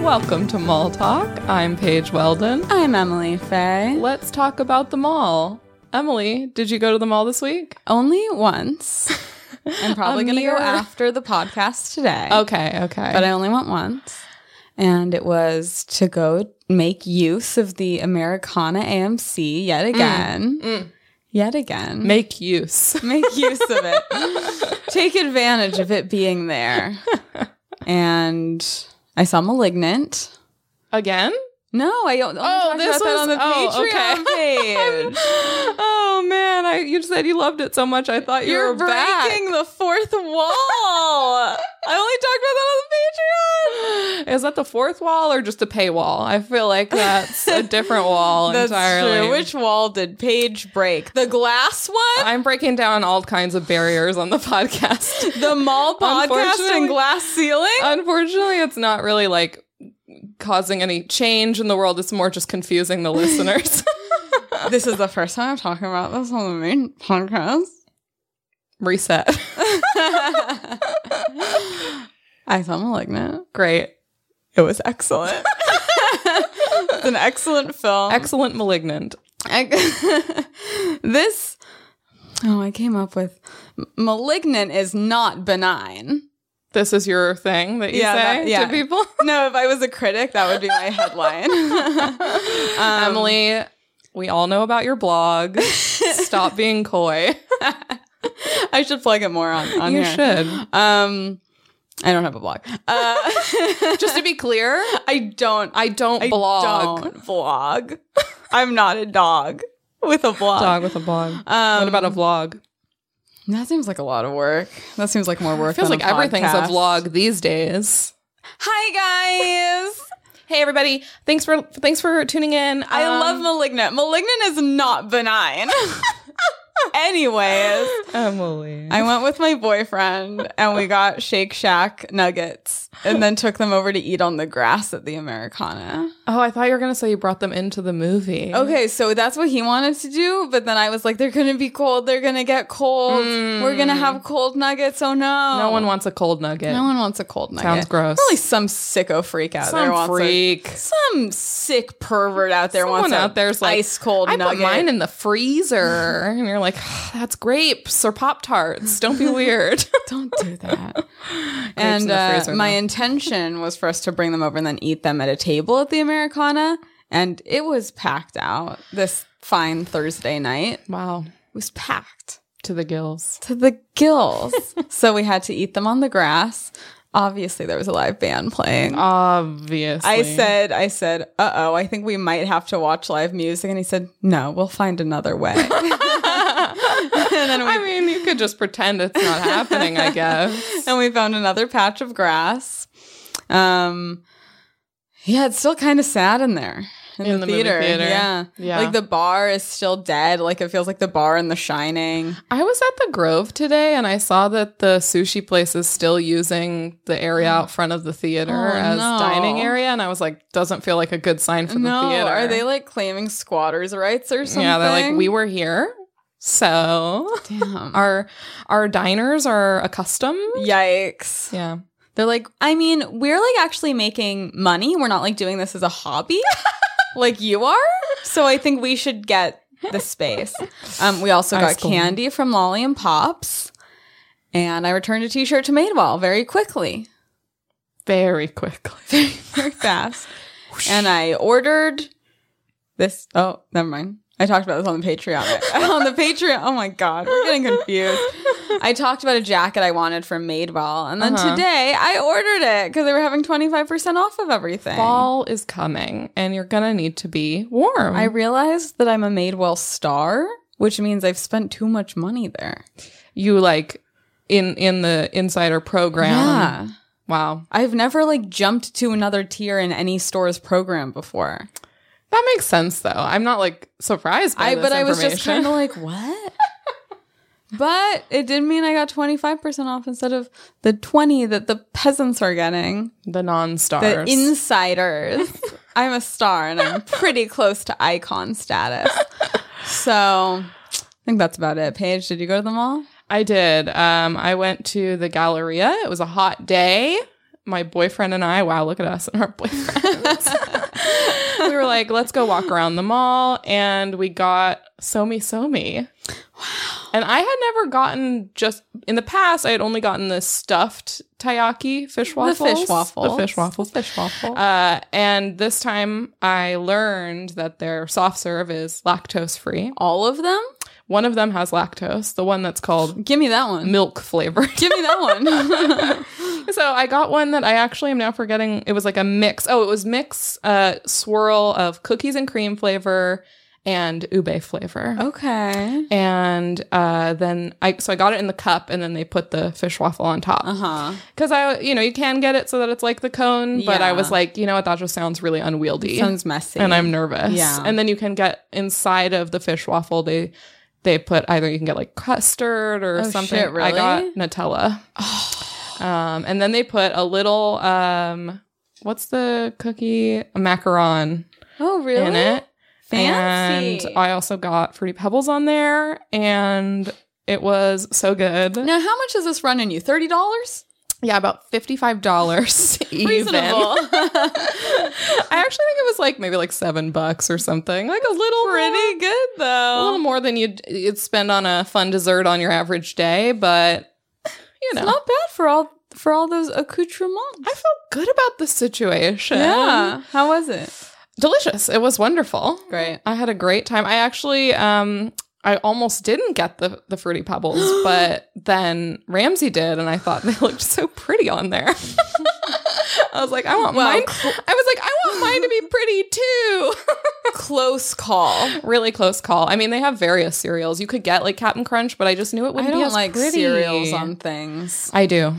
Welcome to Mall Talk. I'm Paige Weldon. I'm Emily Fay. Let's talk about the mall. Emily, did you go to the mall this week? Only once. I'm probably going to go mere- after the podcast today. Okay, okay. But I only went once. And it was to go make use of the Americana AMC yet again. Yet again. Mm. make use. Make use of it. Take advantage of it being there. And I saw Malignant. Again? No, I don't. Oh, this about that was- on the oh, Patreon page. Oh man, I you said you loved it so much. I thought you You're were back. breaking the fourth wall. I only talked about that on Is that the fourth wall or just a paywall? I feel like that's a different wall the Patreon. entirely. Which wall did Paige break? The glass one? I'm breaking down all kinds of barriers on the podcast. the mall podcast Unfortunately- and glass ceiling? Unfortunately, it's not really like causing any change in the world. It's more just confusing the listeners. Uh, this is the first time I'm talking about this on the main podcast. Reset. I saw Malignant. Great. It was excellent. it's an excellent film. Excellent malignant. I, this oh i came up with malignant is not benign This is your thing that you Yeah, say that- yeah. to people. no if i was a critic that would be my headline Um, Emily, we all know about your blog. Stop being coy. i should plug it more on, on you here. should. um i don't have a blog uh, Just to be clear, i don't I don't I blog. don't blog i'm not a dog with a blog Dog with a blog. Um, what about a vlog? that seems like a lot of work that seems like more work Feels than like everything's a podcast. vlog these days. hi guys Hey everybody! Thanks for thanks for tuning in. I love Malignant. Malignant is not benign. Anyways, Emily. I went with my boyfriend and we got Shake Shack nuggets and then took them over to eat on the grass at the Americana. oh, I thought you were gonna say you brought them into the movie. Okay, so that's what he wanted to do, but then I was like, they're gonna be cold. They're gonna get cold. We're gonna have cold nuggets. Oh Mm. no. No one wants a cold nugget. No one wants a cold nugget. Sounds gross. Probably some sicko freak out there Some wants a- freak. some sick pervert out there Someone wants a out there's like ice cold I nugget. put mine in the freezer, and you're like, that's grapes or pop tarts. Don't be weird. Don't do that. and the uh, freezer, my though. intention was for us to bring them over and then eat them at a table at the Americana. And it was packed out this fine Thursday night. It wow, was packed to the gills. to the gills. so we had to eat them on the grass. Obviously, there was a live band playing. Obviously, I said, I said, uh oh, I think we might have to watch live music. And he said, no, we'll find another way. and then we I mean, you could just pretend it's not happening. I guess. and we found another patch of grass. Um, yeah, it's still kind of sad in there in, In the the, movie theater. theater. Yeah, Yeah. Like the bar is still dead. Like it feels like the bar in The Shining. I was at the Grove today, and I saw that the sushi place is still using the area out front of the theater Oh, as no. dining area, and I was like, doesn't feel like a good sign for the no, theater. are they like claiming squatters' rights or something? Yeah, they're like, we were here, so Damn. our our diners are accustomed. Yikes. Yeah. They're like, I mean, we're like actually making money. We're not like doing this as a hobby like you are. So I think we should get the space. Um, we also Ice got cold. candy from Lolly and Pops. And I returned a t shirt to Madewell very quickly, Very quickly. very fast. and I ordered this. Oh, never mind. I talked about this on the Patreon. on the Patreon. Oh my God, we're getting confused. I talked about a jacket I wanted from Madewell. And then Uh-huh. today I ordered it because they were having 25% off of everything. Fall is coming and you're going to need to be warm. I realized that I'm a Madewell star, which means I've spent too much money there. you like in in the insider program. Wow. I've never like jumped to another tier in any store's program before. That makes sense though. I'm not like surprised by I this but I was just information. kind of like, what? but it did mean I got 25% off instead of the 20 that the peasants are getting. the The non-stars. insiders. I'm a star and I'm pretty close to icon status. So, I think that's about it. Paige, did you go to the mall? I did. Um I went to the Galleria. It was a hot day. my boyfriend and I, wow, look at us and our boyfriends. we were like, let's go walk around the mall. And we got Somi Somi. And I had never gotten just in the past, I had only gotten the stuffed taiyaki fish The waffles. fish The waffles. fish waffles. Fish waffle. Uh, and this time I learned that their soft serve is lactose free. All of them? One of them has lactose, the one that's called Give me that one. milk flavored. Give me that one. so I got one that I actually am now forgetting. It was like a mix. Oh, it was mix uh, swirl of cookies and cream flavor and ube flavor. Oh. okay. And uh, then I so I got it in the cup, and then they put the fish waffle on top. Uh huh. Because I, you know, you can get it so that it's like the cone, but I Yeah. was like, you know what, that just sounds really unwieldy, Sounds messy. and I'm nervous. Yeah. And then you can get inside of the fish waffle. They they put either you can get like custard or Oh, something. shit, I really? got Nutella. um, and then they put a little um, what's the cookie A macaron oh really? in it. And Fancy. I also got fruity pebbles on there, and it was so good. now, how much is this running you? Thirty dollars? Yeah, about fifty five dollars. Reasonable. I actually think it was like maybe like seven bucks or something. Like a little Pretty good a though. little more than you'd you'd spend on a fun dessert on your average day, but you know, Not bad for all for all those accoutrements. I felt good about the situation. yeah. How was it? delicious. It was wonderful. Great. I had a great time. I actually, um, I almost didn't get the the fruity pebbles, but then Ramsey did, and I thought they looked so pretty on there. I was like, I want Well, mine. I was like, I want mine to be pretty too. Close call. really close call. I mean, they have various cereals. You could get like Captain Crunch, but I just knew it I wouldn't be don't as like pretty. cereals on things. I do.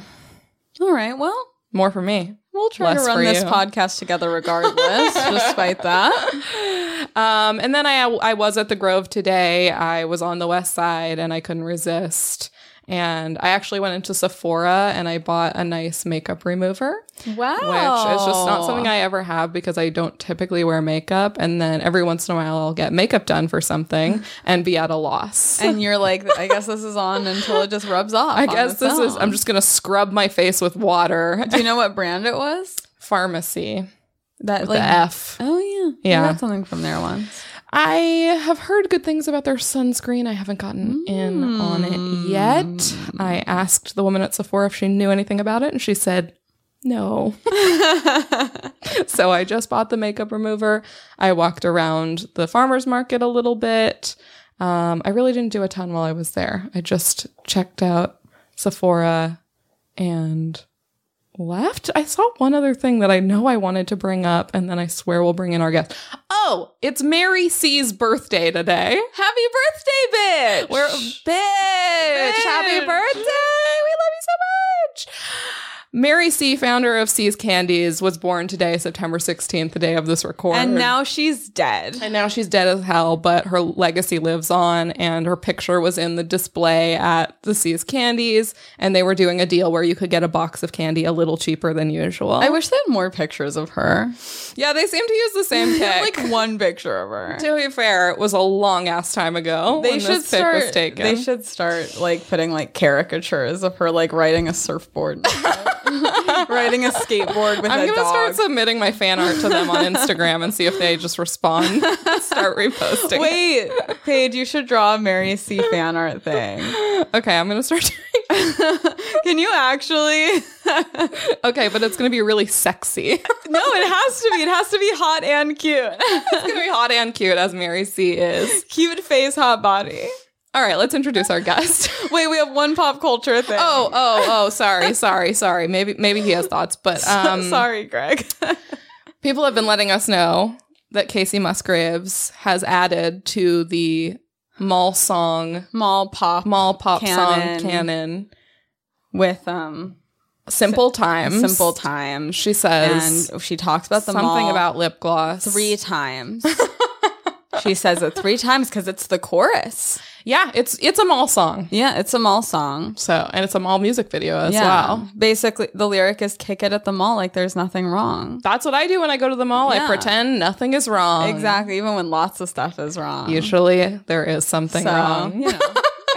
All right. Well, More for me. we'll try Less to run for this you. podcast together regardless, despite that. Um, and then I I was at the Grove today. I was on the West Side, and I couldn't resist. And I actually went into Sephora and I bought a nice makeup remover, Wow. which is just not something I ever have because I don't typically wear makeup. And then every once in a while, I'll get makeup done for something and be at a loss. and you're like, I guess this is on until it just rubs off. I guess this is, I'm just going to scrub my face with water. Do you know what brand it was? Pharmacy, That the F. Oh yeah, Yeah. I got something from there once. I have heard good things about their sunscreen. I haven't gotten in on it yet. I asked the woman at Sephora if she knew anything about it, and she said no. so I just bought the makeup remover. I walked around the farmer's market a little bit. Um, I really didn't do a ton while I was there. I just checked out Sephora and left. I saw one other thing that I know I wanted to bring up, and then I swear we'll bring in our guest. Oh, it's Mary C's birthday today. Happy birthday, bitch! We're bitch. Happy Bitch. birthday! We love you so much. Mary C, founder of C's Candies, was born today, September 16th, the day of this record. and now she's dead. And now she's dead as hell, but her legacy lives on, and her picture was in the display at the C's Candies, and they were doing a deal where you could get a box of candy a little cheaper than usual. I wish they had more pictures of her. yeah, they seem to use the same pic. like one picture of her. to be fair, it was a long ass time ago. They when should this pic start. was taken. They should start like putting like caricatures of her like riding a surfboard, riding a skateboard with I'm a gonna dog. start submitting my fan art to them on Instagram and see if they just respond. start reposting. Wait, Paige, you should draw a Mary C fan art thing. Okay, I'm gonna start doing Can you actually? Okay, but it's gonna be really sexy. No, it has to be. It has to be hot and cute. it's gonna be hot and cute as Mary C is. cute face, hot body. All right, let's introduce our guest. Wait, we have one pop culture thing. Oh, oh, oh, sorry, sorry, sorry. Maybe maybe he has thoughts, but um sorry, Greg. people have been letting us know that Casey Musgraves has added to the mall song, Mall pop mall pop Canon. song canon, with um Simple Times. simple times. She says and she talks about the something mall about lip gloss. three times. she says it three times because it's the chorus. Yeah, it's it's a mall song. Yeah, it's a mall song. So, and it's a mall music video as well. Basically, the lyric is "kick it at the mall like there's nothing wrong." That's what I do when I go to the mall. I Yeah. pretend nothing is wrong. Exactly. Even when lots of stuff is wrong. Usually there is something so, wrong. you know.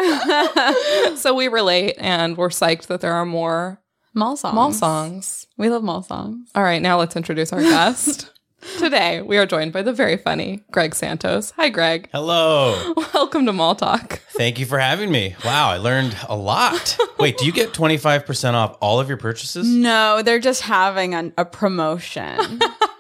So we relate and we're psyched that there are more Mall songs. Mall songs. We love mall songs. All right, now let's introduce our guest. Today, we are joined by the very funny Greg Santos. Hi, Greg. Hello. Welcome to Mall Talk. Thank you for having me. Wow, I learned a lot. Wait, do you get 25% off all of your Mm, purchases? No, they're just having an, a promotion.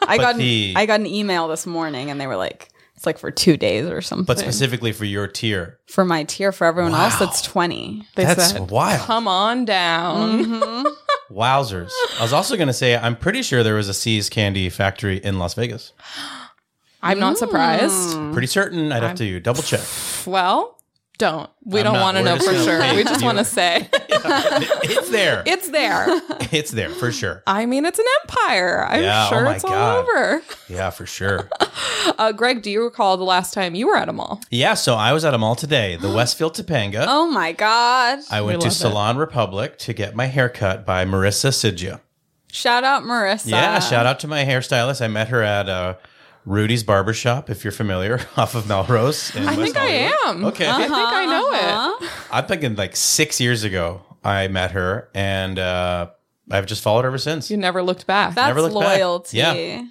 I got an, the- I got an email this morning, and they were like, "It's like for two days or something." But specifically for your tier. for my tier, for everyone else, Wow. it's twenty. They That's said, wild. Come on down. Wowzers. I was also going to say, I'm pretty sure there was a See's Candy factory in Las Vegas. I'm not surprised. Pretty certain. I'd have to double check. Mm. Well, don't. We I'm don't not. want to We're know just for gonna sure. wait We just you- want to say it's there. it's there. it's there for sure. I mean, it's an empire. I'm Yeah, oh sure my it's all God. over. Yeah, for sure. Uh, Greg, do you recall the last time you were at a mall? Yeah, so I was at a mall today, the Westfield Topanga. Oh my god! I went We to love it. Salon Republic to get my hair cut by Marissa Sidja. Shout out Marissa. Um, Yeah, shout out to my hairstylist. I met her at uh, Rudy's Barbershop, if you're familiar, off of Melrose. in I West think I Hollywood. am. Okay. I think I know Uh-huh. it. I'm thinking like six years ago, I met her, and uh, I've just followed her ever since. You never looked back. That's Never looked back. loyalty. Yeah.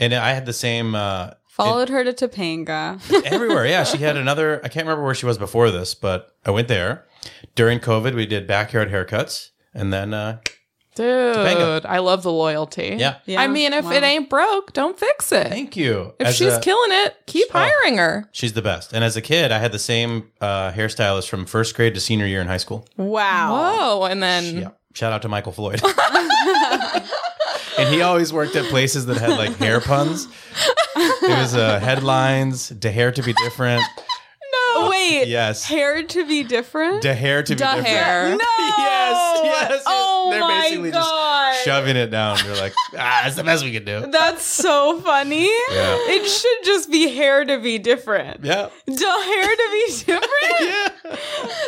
And I had the same uh, Followed her to Topanga. everywhere. Yeah, she had another. I can't remember where she was before this, but I went there during COVID. We did backyard haircuts, and then uh, Dude, I love the loyalty. Yeah. Yeah. I mean, if Wow. it ain't broke, don't fix it. thank you. if As she's a- killing it, keep Oh. hiring her. She's the best. And as a kid, I had the same uh, hairstylist from first grade to senior year in high school. Wow. Whoa. And then Yeah. Shout out to Michael Floyd. and he always worked at places that had like hair puns. It was uh, headlines, de hair to be different. No. Wait. Yes. Hair to be different. De hair to be Da different. hair. no. Yes, yes, yes. Oh They're my basically just god. Shoving it down. They're like, ah, it's the best we can do. That's so funny. Yeah. It should just be hair to be different. Yeah. Do hair to be different? Yeah.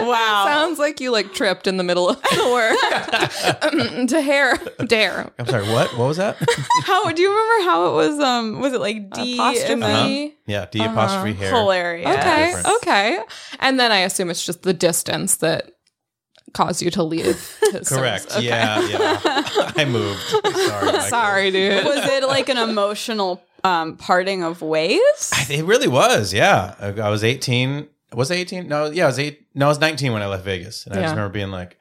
Wow. sounds like you like tripped in the middle of the work. to hair. Dare. I'm sorry, what? What was that? how do you remember how it was um was it like D and then Apostrophe. Yeah, D apostrophe hair. Uh-huh. hilarious. Okay. different. Okay. And then I assume it's just the distance that caused you to leave. to Correct. Sam's- okay. Yeah, yeah. I moved. Sorry. Michael. Sorry, dude. Was it like an emotional um parting of ways? It really was, yeah. I I was 18. Was I 18? No, yeah, I was eight. No, I was 19 when I left Vegas, and I Yeah. just remember being like,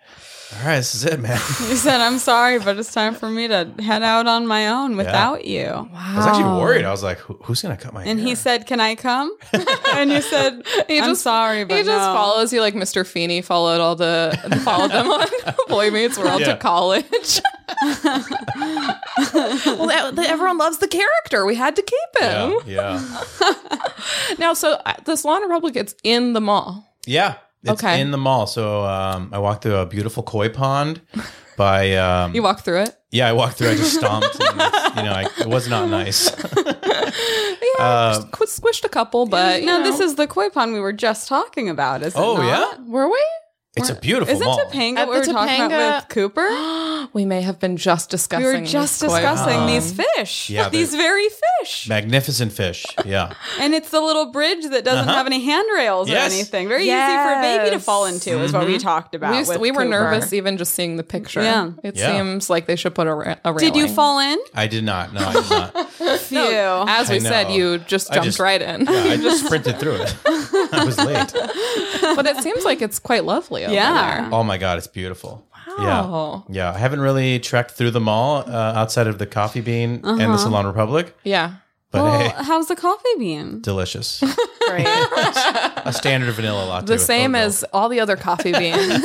"All right, this is it, man." You said I'm sorry, but it's time for me to head out on my own without you. wow. I was actually worried. I was like, Who, "Who's gonna cut my?" And hair? he said, "Can I come?" and you said, He "I'm just- sorry, but He just no." follows you like Mr. Feeney followed all the followed them on Boy Meets World Yeah. to college. well, e-, that- that- everyone loves the character. We had to keep him. yeah, yeah, Now, so uh, the Salon Republic, it's in the mall. yeah. It's Okay. in the mall. So um, I walked through a beautiful koi pond. By um, You walk through it. yeah, I walked through. I just stomped. and it's- you know, I, it was not nice. Yeah, Uh, just qu- squished a couple, but No, this is the koi pond we were just talking about. Is it Oh not? yeah, were we? it's a beautiful Isn't mall. Topanga At what we were the talking Topanga- about with Cooper? we may have been just We discussing. were just this quite- discussing Um, these fish. yeah, these very fish. Magnificent fish. Yeah. And it's the little bridge that doesn't have any handrails Uh-huh. Yes. Mm-hmm. or anything. Very easy for a baby to fall into, is what we talked about. We, used- with we were Cooper. nervous even just seeing the picture. Yeah. It Yeah. seems like they should put a, ra- a railing. Did you fall in? I did not. No, I did not. Phew. As we I know. said, you just I jumped just- right in. Yeah, I just sprinted through it. I was late. but it seems like it's quite lovely over Yeah. Oh my god, it's beautiful. Wow. Yeah, yeah. I haven't really trekked through the mall uh, outside of the Coffee Bean and the Salon Republic, there. Yeah. but Uh-huh. Well, hey, how's the coffee bean? delicious. Great. A standard vanilla latte. The with same oat milk. as all the other coffee beans.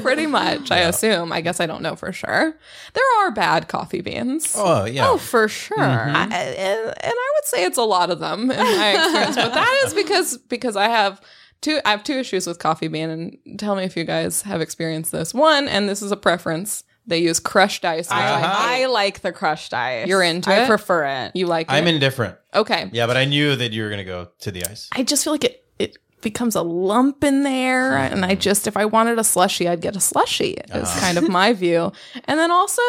Pretty much, I assume. I guess I don't know for sure. There are bad coffee beans. Oh yeah. oh, for sure. I- I- and I would say it's a lot of them in my experience, but that is because because I have two I have two issues with coffee bean, and tell me if you guys have experienced this. One, and this is a preference, they use crushed ice. Which I, I, I Uh-huh. like the crushed ice. You're into I it? prefer it. you like I'm it? indifferent. okay. Yeah, but I knew that you were gonna go to the ice. I just feel like it it becomes a lump in there, Hmm. and I just if I wanted a Ah. slushy, I'd get a slushy. Is kind of my view, and then also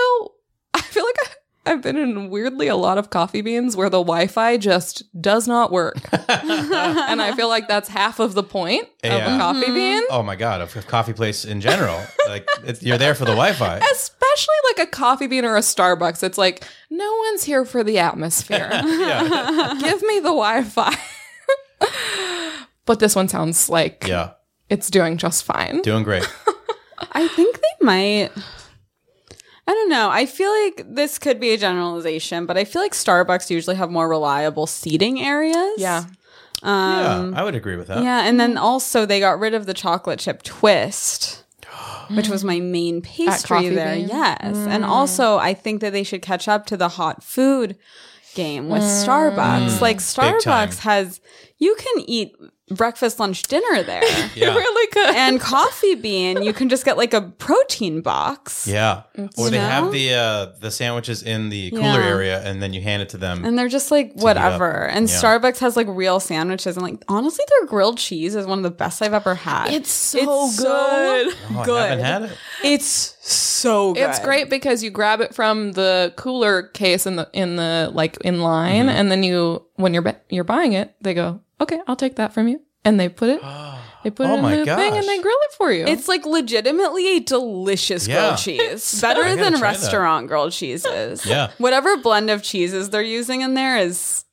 I feel like I, I've been in weirdly a lot of coffee beans where the Wi Fi just does not work. and I feel like that's half of the point of Yeah. a coffee bean. Oh my god, a coffee place in general. like it, you're there for the Wi-Fi. Especially like a coffee bean or a Starbucks. It's like, no one's here for the atmosphere. yeah. Give me the Wi Fi. but this one sounds like yeah, it's doing just fine. doing great. I think they might. I don't know. I feel like this could be a generalization, but I feel like Starbucks usually have more reliable seating areas. yeah. Um, yeah, I would agree with that. yeah. And then also they got rid of the chocolate chip twist, which was my main pastry Coffee Mm. there. Bean? Yes. And also I think that they should catch up to the hot food game with Starbucks. Mm. Like time. Starbucks has you can eat breakfast, lunch, dinner there. Yeah. Really good. and coffee bean you can just get like a protein box Yeah. Or they You know? have the uh, the sandwiches in the cooler Yeah. area, and then you hand it to them. and they're just like whatever and Yeah. starbucks has like real sandwiches and like honestly their grilled cheese is one of the best i've ever had It's so so good. oh, I good haven't had it. it's so good It's great because you grab it from the cooler case in the in the like in line, Mm-hmm. and then you when you're ba- you're buying it, they go, "Okay, I'll take that from you," and they put it they put Oh it my in the thing gosh. and they grill it for you. it's like legitimately a delicious Yeah. grilled cheese better I gotta than try that. restaurant grilled cheeses Yeah. whatever blend of cheeses they're using in there is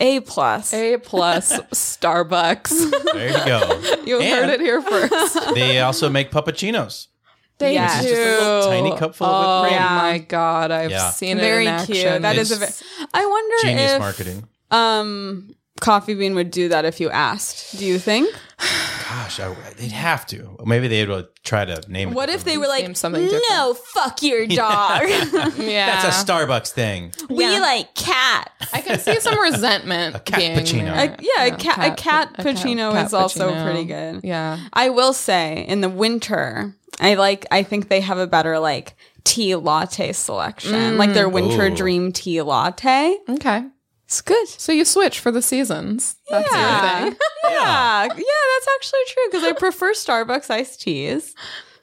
a plus a plus Starbucks. There you go. You heard And- it here first. They also make puppuccinos. They Yeah. do. It's just a little tiny cup full of whipped oh, cream. my god, I've Yeah. seen very it in cute action. That It's is a ve- i wonder Genius if marketing. um coffee bean would do that if you asked do you think Gosh, I, they'd have to. Maybe they'd really try to name it. what if they were Name like something no fuck your dog yeah. That's a Starbucks thing. we Yeah. like cats I can see some resentment. A cat pacino. a, yeah, a, ca- a cat Pacino is also pretty good Yeah. i will say in the winter i like i think they have a better like tea latte selection like their winter Ooh. dream tea latte Okay. it's good So you switch for the seasons. That's Yeah. your thing. Yeah, yeah, that's actually true because I prefer Starbucks iced teas.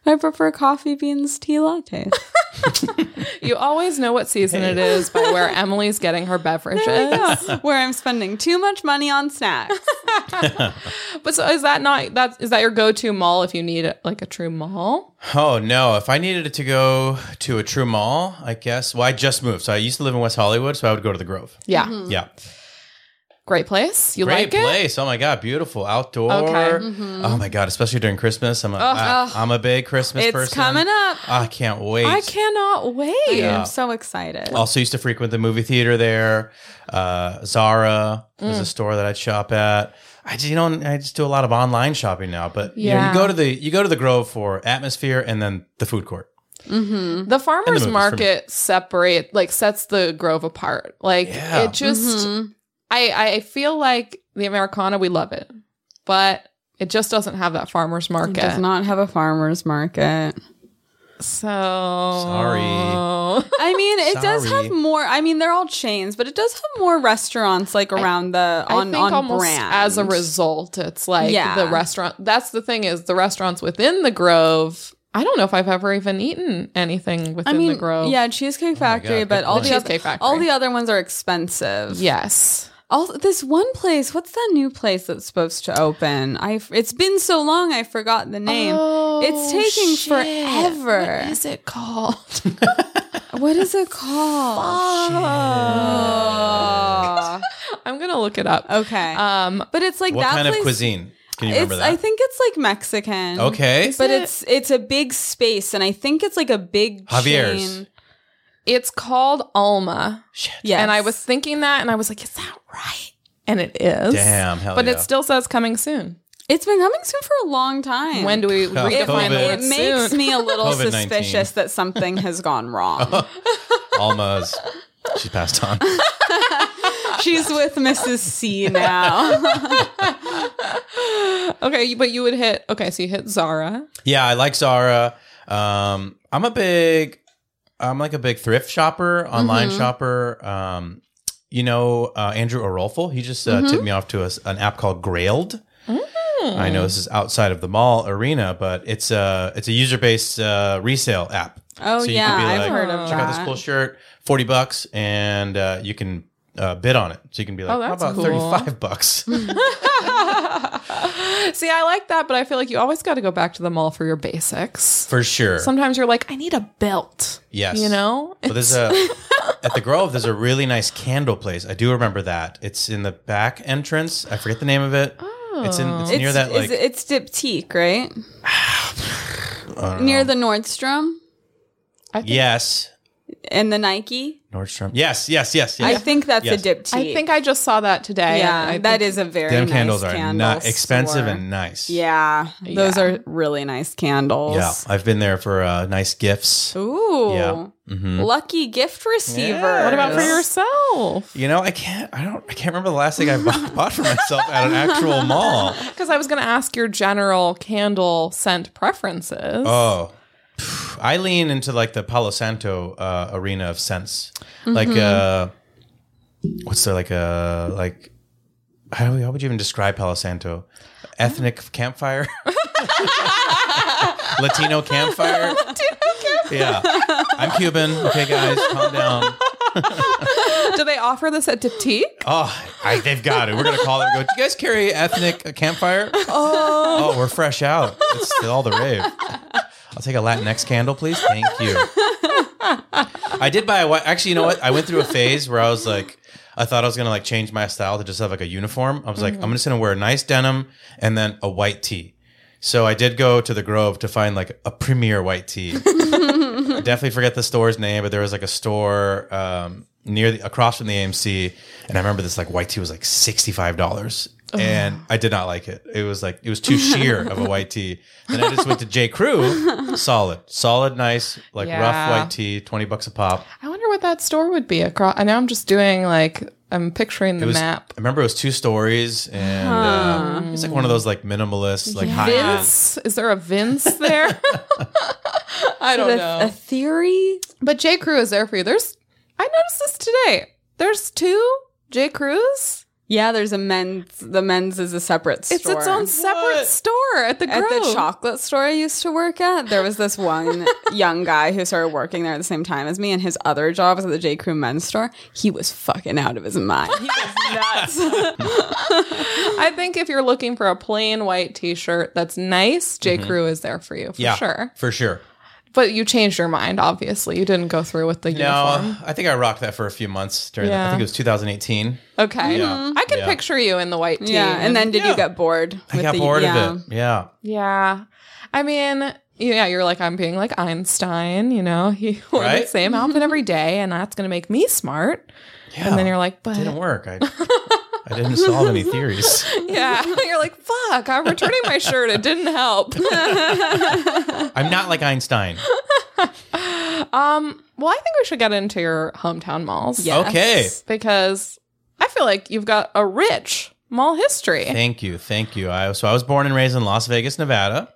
I prefer coffee beans tea lattes. You always know what season it is by where Emily's getting her beverages. where I'm spending too much money on snacks. But so is that not that is that your go-to mall if you need like a true mall? Oh no! If I needed to go to a true mall, I guess. Well, I just moved, so I used to live in West Hollywood, so I would go to the Grove. Yeah. Mm-hmm. Yeah, Great place. Hmm. You great like it? place. Oh my god, beautiful outdoor. Okay. Oh my god, especially during Christmas. I'm a, I, I'm a big Christmas It's person. coming up. I can't wait. I cannot wait. I'm so excited. Also used to frequent the movie theater there. Uh, Zara is Mm. a store that I'd shop at. I just, you know, I just do a lot of online shopping now. But you, know, Yeah. you go to the you go to the Grove for atmosphere and then the food court. Mm-hmm. The farmers movies for me. market separate like sets the grove apart. Like Yeah. it Mm-hmm. just I I feel like the Americana we love it. But it just doesn't have that farmers market. Does not have a farmer's market. So Sorry. I mean, it does Sorry. have more. I mean, they're all chains, but it does have more restaurants like around the on I think on almost brand. as a result, it's like Yeah. the restaurant. That's the thing is the restaurants within the Grove. I don't know if I've ever even eaten anything within I mean, the Grove. yeah, Oh Cheesecake Factory, good but all point. the, The other, Cheesecake Factory. all the other ones are expensive. Yes. All this one place. What's that new place that's supposed to open? I it's been so long, I forgot the name. Uh, it's taking forever. What Oh, is it called? what is it called? Oh. I'm gonna look it up. Okay. Um. But it's like What that kind place, of cuisine? Can you It's, remember that? I think it's like Mexican. okay. But it? it's it's a big space, and I think it's like a big Javier's. chain. It's called Alma. Yes. And I was thinking that, and I was like, "Is that right?" And it is. Damn, hell But yeah. it still says coming soon. It's been coming soon for a long time. When do we it, redefine the COVID. word it makes soon? me a little COVID-19. suspicious that something has gone Oh. wrong. Alma's. She passed on. She's with Mrs. C now. Okay, but you would hit. Okay, so you hit Zara. Yeah, I like Zara. Um, I'm a big, I'm like a big thrift shopper, online Mm-hmm. shopper. Um, you know, uh, Andrew Arolfo, he just uh, Mm-hmm. tipped me off to a, an app called Grailed. I know this is outside of the mall arena, but it's a it's a user based uh, resale app. Oh, so you yeah, can be Oh, I've like, heard of check out this that. cool shirt 40 bucks and uh, you can uh, bid on it. So you can be like, Oh, how that's about cool. 35 bucks? Hmm. See, I like that, but I feel like you always got to go back to the mall for your basics. For sure. Sometimes you're like, I need a belt. Yes. You know? But there's a at the Grove. There's a really nice candle place. I do remember that. It's in the back entrance. I forget the name of it. It's in Oh. It's, it's, near that is like it- it's Diptyque, right? near the Nordstrom I think, yes and the Nike. Nordstrom. Yes, yes, yes, I yes. think that's Yes. a Diptyque. I think I just saw that today. yeah, I that think- is a very Them nice candles are candle not expensive store. and nice. yeah, those Yeah. are really nice candles. yeah. I've been there for uh, nice gifts. Ooh. Yeah. Lucky gift receiver. Yeah. What about for Yes. yourself? You know, I can't. I don't. I can't remember the last thing I bought, bought for myself at an actual mall. Because I was going to ask your general candle scent preferences. Oh. Phew. I lean into like the Palo Santo uh, arena of scents. Like uh what's the like a like how, do we- how would you even describe Palo Santo? Ethnic campfire? Latino campfire? yeah. I'm Cuban. Okay guys, calm down. Do they offer this at Diptyque? Oh, I, they've got it. We're gonna call it. and Go. Do you guys carry ethnic uh, campfire? Oh, we're fresh out. It's all the rave. I'll take a Latinx candle, please. Thank you. I did buy a white. Actually, you know what? I went through a phase where I was like, I thought I was gonna like change my style to just have like a uniform. I was like, I'm just gonna wear a nice denim and then a white tee. So I did go to the Grove to find like a premier white tee. I definitely forget the store's name, but there was like a store um, near the, across from the AMC, and I remember this like white tee was like sixty five dollars, Oh. and I did not like it. It was like it was too sheer of a white tee. Then I just went to J Crew, solid, solid, nice, like Yeah. rough white tee, twenty bucks a pop. I wonder what that store would be across. I know I'm just doing like, I'm picturing the It was, map. I remember it was two stories, and uh, it's like one of those like minimalist, like high end. Vince? Is there a Vince there? I don't A, know. a theory? But J. Crew is there for you. There's, I noticed this today. There's two J. Crews. Yeah, there's a men's. The men's is a separate store. It's its own separate What? store at the At Grove. the chocolate store I used to work at, there was this one young guy who started working there at the same time as me, and his other job was at the J. Crew men's store. He was fucking out of his mind. He was nuts. I think if you're looking for a plain white T-shirt that's nice, J. Crew is there for you for Mm-hmm. yeah, sure. for sure. But you changed your mind, obviously. You didn't go through with the No, uniform. I think I rocked that for a few months during. The, I Yeah. think it was 2018. Okay, Yeah. I can Yeah. picture you in the white tee. yeah, and then did Yeah. you get bored? I got bored of it. Yeah. yeah, I mean. Yeah, you're like I'm being like Einstein, you know. He wore Right? the same outfit every day, and that's going to make me smart. Yeah. And then you're like, but didn't work. I, I didn't solve any theories. Yeah. You're like, fuck, I'm returning my shirt. It didn't help. I'm not like Einstein. Um, well, I think we should get into your hometown malls. Yes. Okay. Because I feel like you've got a rich mall history. Thank you. Thank you. I, so I was born and raised in Las Vegas, Nevada.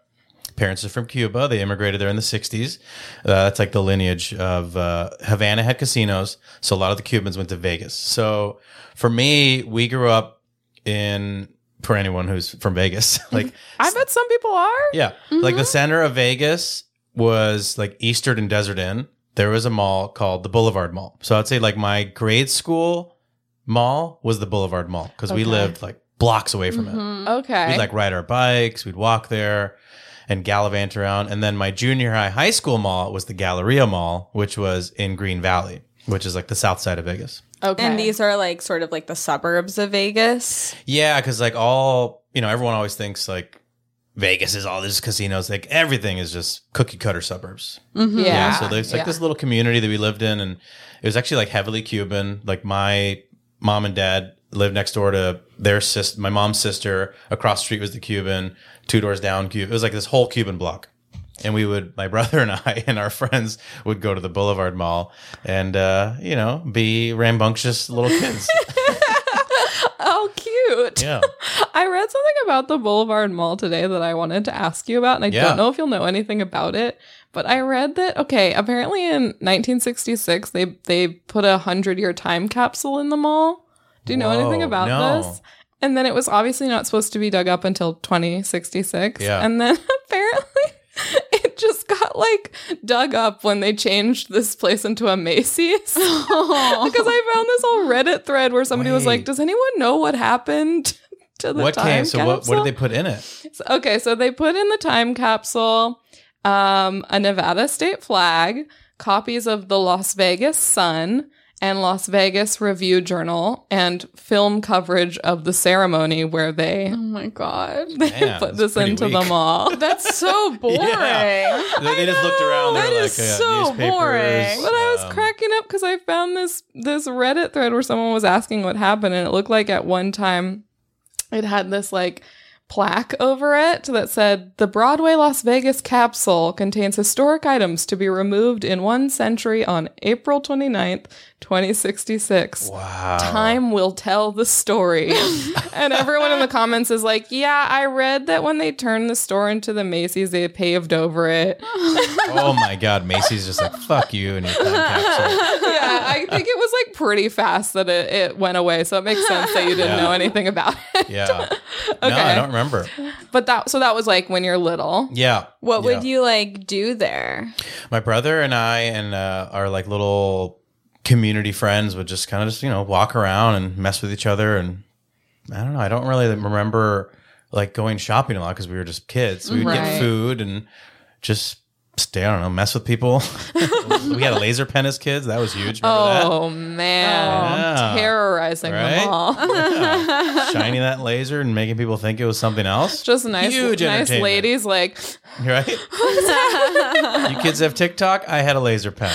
Parents are from Cuba. They immigrated there in the 60s. Uh, that's like the lineage of uh, Havana had casinos. So a lot of the Cubans went to Vegas. So for me, we grew up in, for anyone who's from Vegas, like I bet some people are. Yeah. Like Mm-hmm. the center of Vegas was like Eastern and Desert Inn. There was a mall called the Boulevard Mall. So I'd say like my grade school mall was the Boulevard Mall because we Okay. Mm-hmm. lived like blocks away from Mm-hmm. it. Okay. We'd like ride our bikes, we'd walk there and gallivant around. And then my junior high high school mall was the Galleria Mall, which was in Green Valley, which is like the south side of Vegas. okay. And these are like sort of like the suburbs of Vegas. Yeah, because like all you know, everyone always thinks like Vegas is all these casinos. Like everything is just cookie cutter suburbs. Mm-hmm. yeah. Yeah. So there's like yeah. this little community that we lived in, and it was actually like heavily Cuban. Like my mom and dad lived next door to their sister, my mom's sister. Across the street was the Cuban. Two doors down, Cuban. It was like this whole Cuban block. And we would, my brother and I and our friends would go to the Boulevard Mall and, uh, you know, be rambunctious little kids. Oh, cute. yeah. I read something about the Boulevard Mall today that I wanted to ask you about, and I Yeah. don't know if you'll know anything about it. But I read that okay, apparently in 1966 they they put a hundred year time capsule in the mall. Do you know anything Whoa, about no. this? And then it was obviously not supposed to be dug up until 2066. Yeah. And then apparently it it just got like dug up when they changed this place into a Macy's. because I found this whole Reddit thread where somebody was like, Wait. "Does anyone know what happened to the what time came? So what, what capsule?" did they put in it? So- okay, so they put in the time capsule um, a Nevada state flag, copies of the Las Vegas Sun and Las Vegas Review Journal, and film coverage of the ceremony where they Oh my god. they Damn, put that's this pretty into weak. the mall. That's so boring. Yeah. They, they just looked around. They That were is like, uh, so newspapers, boring. But I was um, cracking up because I found this this Reddit thread where someone was asking what happened, and it looked like at one time it had this like plaque over it that said the Broadway Las Vegas capsule contains historic items to be removed in one century on April 29th, 2066. Wow. Time will tell the story. and everyone in the comments is like, Yeah, I read that when they turned the store into the Macy's, they paved over it. Oh my God. Macy's just like, fuck you and your time capsule. yeah, I think it was like pretty fast that it, it went away. So it makes sense that you didn't Yeah. know anything about it. Yeah. No, Okay. I don't remember. But that so that was like when you're little. Yeah. What Yeah. would you like do there? my brother and I and uh, our like little community friends would just kind of just you know walk around and mess with each other and I don't know I don't really remember like going shopping a lot because we were just kids we would Right. get food and just stay I don't know mess with people we had a laser pen as kids that was huge remember Oh man, Yeah. terrorizing Right? them all. that shining that laser and making people think it was something else Just nice, Huge nice entertainment. ladies. Like right you kids have TikTok I had a laser pen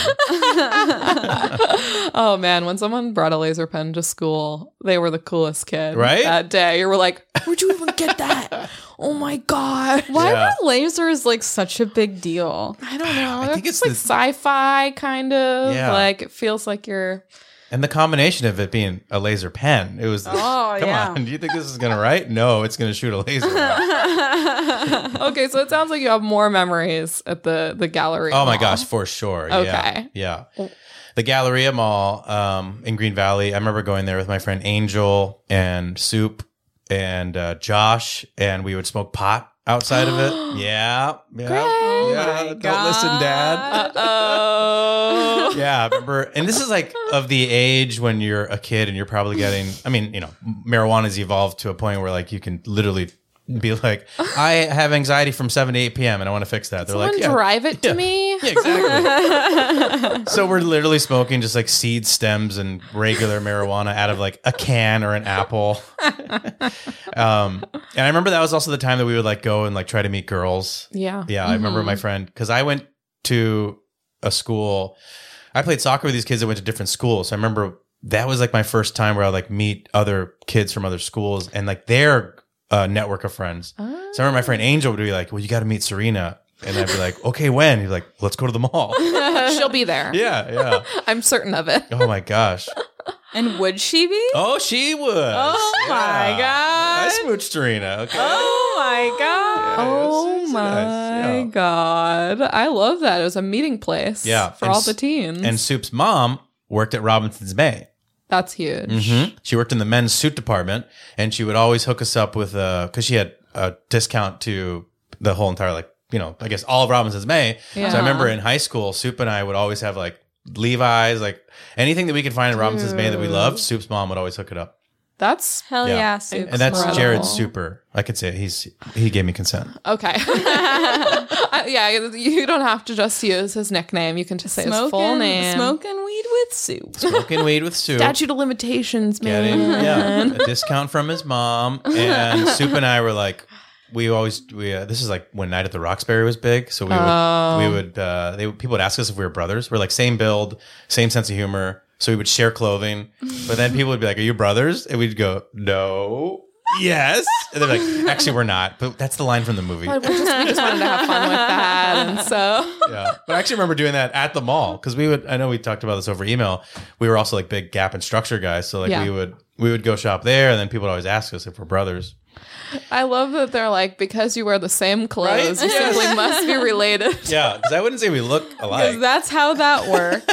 oh man, when someone brought a laser pen to school, they were the coolest kid. Right? that day, you were like, "Where'd you even get that? oh my god!" Why Yeah. were lasers like such a big deal? I don't know. I think it's, it's like sci-fi kind of. Yeah. Like it feels like you're And the combination of it being a laser pen, it was. Oh, come yeah. on! Do you think this is gonna write? No, it's gonna shoot a laser. oh Okay, so it sounds like you have more memories at the the gallery. Oh my mall. gosh, for sure. Okay. Yeah, yeah. The Galleria Mall um, in Green Valley. I remember going there with my friend Angel and Soup and uh, Josh, and we would smoke pot outside of it. Yeah, yeah, yeah. Oh Don't listen, Dad. Oh. yeah, I remember. And this is like of the age when you're a kid and you're probably getting. I mean, you know, marijuana's evolved to a point where like you can literally be like, I have anxiety from seven to eight p.m. and I want to fix that. They're Someone like, yeah, drive it to yeah. me. yeah, exactly. so we're literally smoking just like seed stems and regular marijuana out of like a can or an apple. um, and I remember that was also the time that we would like go and like try to meet girls Yeah. yeah, I remember Mm-hmm. my friend because I went to a school. I played soccer with these kids that went to different schools. I remember that was like my first time where I like meet other kids from other schools and like their uh, network of friends. Mm-hmm. So I remember my friend Angel would be like, "Well, you got to meet Serena," and I'd be like, "Okay, when?" He's like, "Let's go to the mall." yeah, Ah. She'll be there. yeah. I'm certain of it. Oh my gosh. And would she be? Oh, she was. Oh my I god. smooched Serena. Okay. Oh my god. Oh it's nice, my yeah. god. I love that. It was a meeting place Yeah, for and all s- the teens. And Soup's mom worked at Robinson's Bay. That's huge. Mhm. She worked in the men's suit department, and she would always hook us up with a because she had a discount to the whole entire like you know I guess all of Robinson's May. So Yeah. I remember in high school, Soup and I would always have like Levi's, like anything that we could find in Robinson's May that we loved. Soup's mom would always hook it up, That's Hell Yeah. Oh, yeah, yeah, soup. and that's Incredible. Jared Super. I could say he's he gave me consent. okay. I- yeah, you don't have to just use his nickname. You can just say his full name. Smoking weed with soup. Smoking weed with Soup. Statute of limitations, Getting man. yeah, a discount from his mom, and Soup and I were like, we always we uh, this is like when Night at the Roxbury was big, so we Oh. would we would uh, they would- people would ask us if we were brothers. We're like same build, same sense of humor, so we would share clothing, but then people would be like, "Are you brothers?" And we'd go, "No." Yes, and they're like, actually, we're not. But that's the line from the movie. we just, we just wanted to have fun with that. And so, Yeah, but I actually remember doing that at the mall because we would. I know we talked about this over email. We were also like big Gap and Structure guys, so like Yeah. we would we would go shop there, and then people would always ask us if we're brothers. I love that they're like, because you wear the same clothes, Right? you simply must be related. Yeah, because I wouldn't say we look alike. Because that's how that works.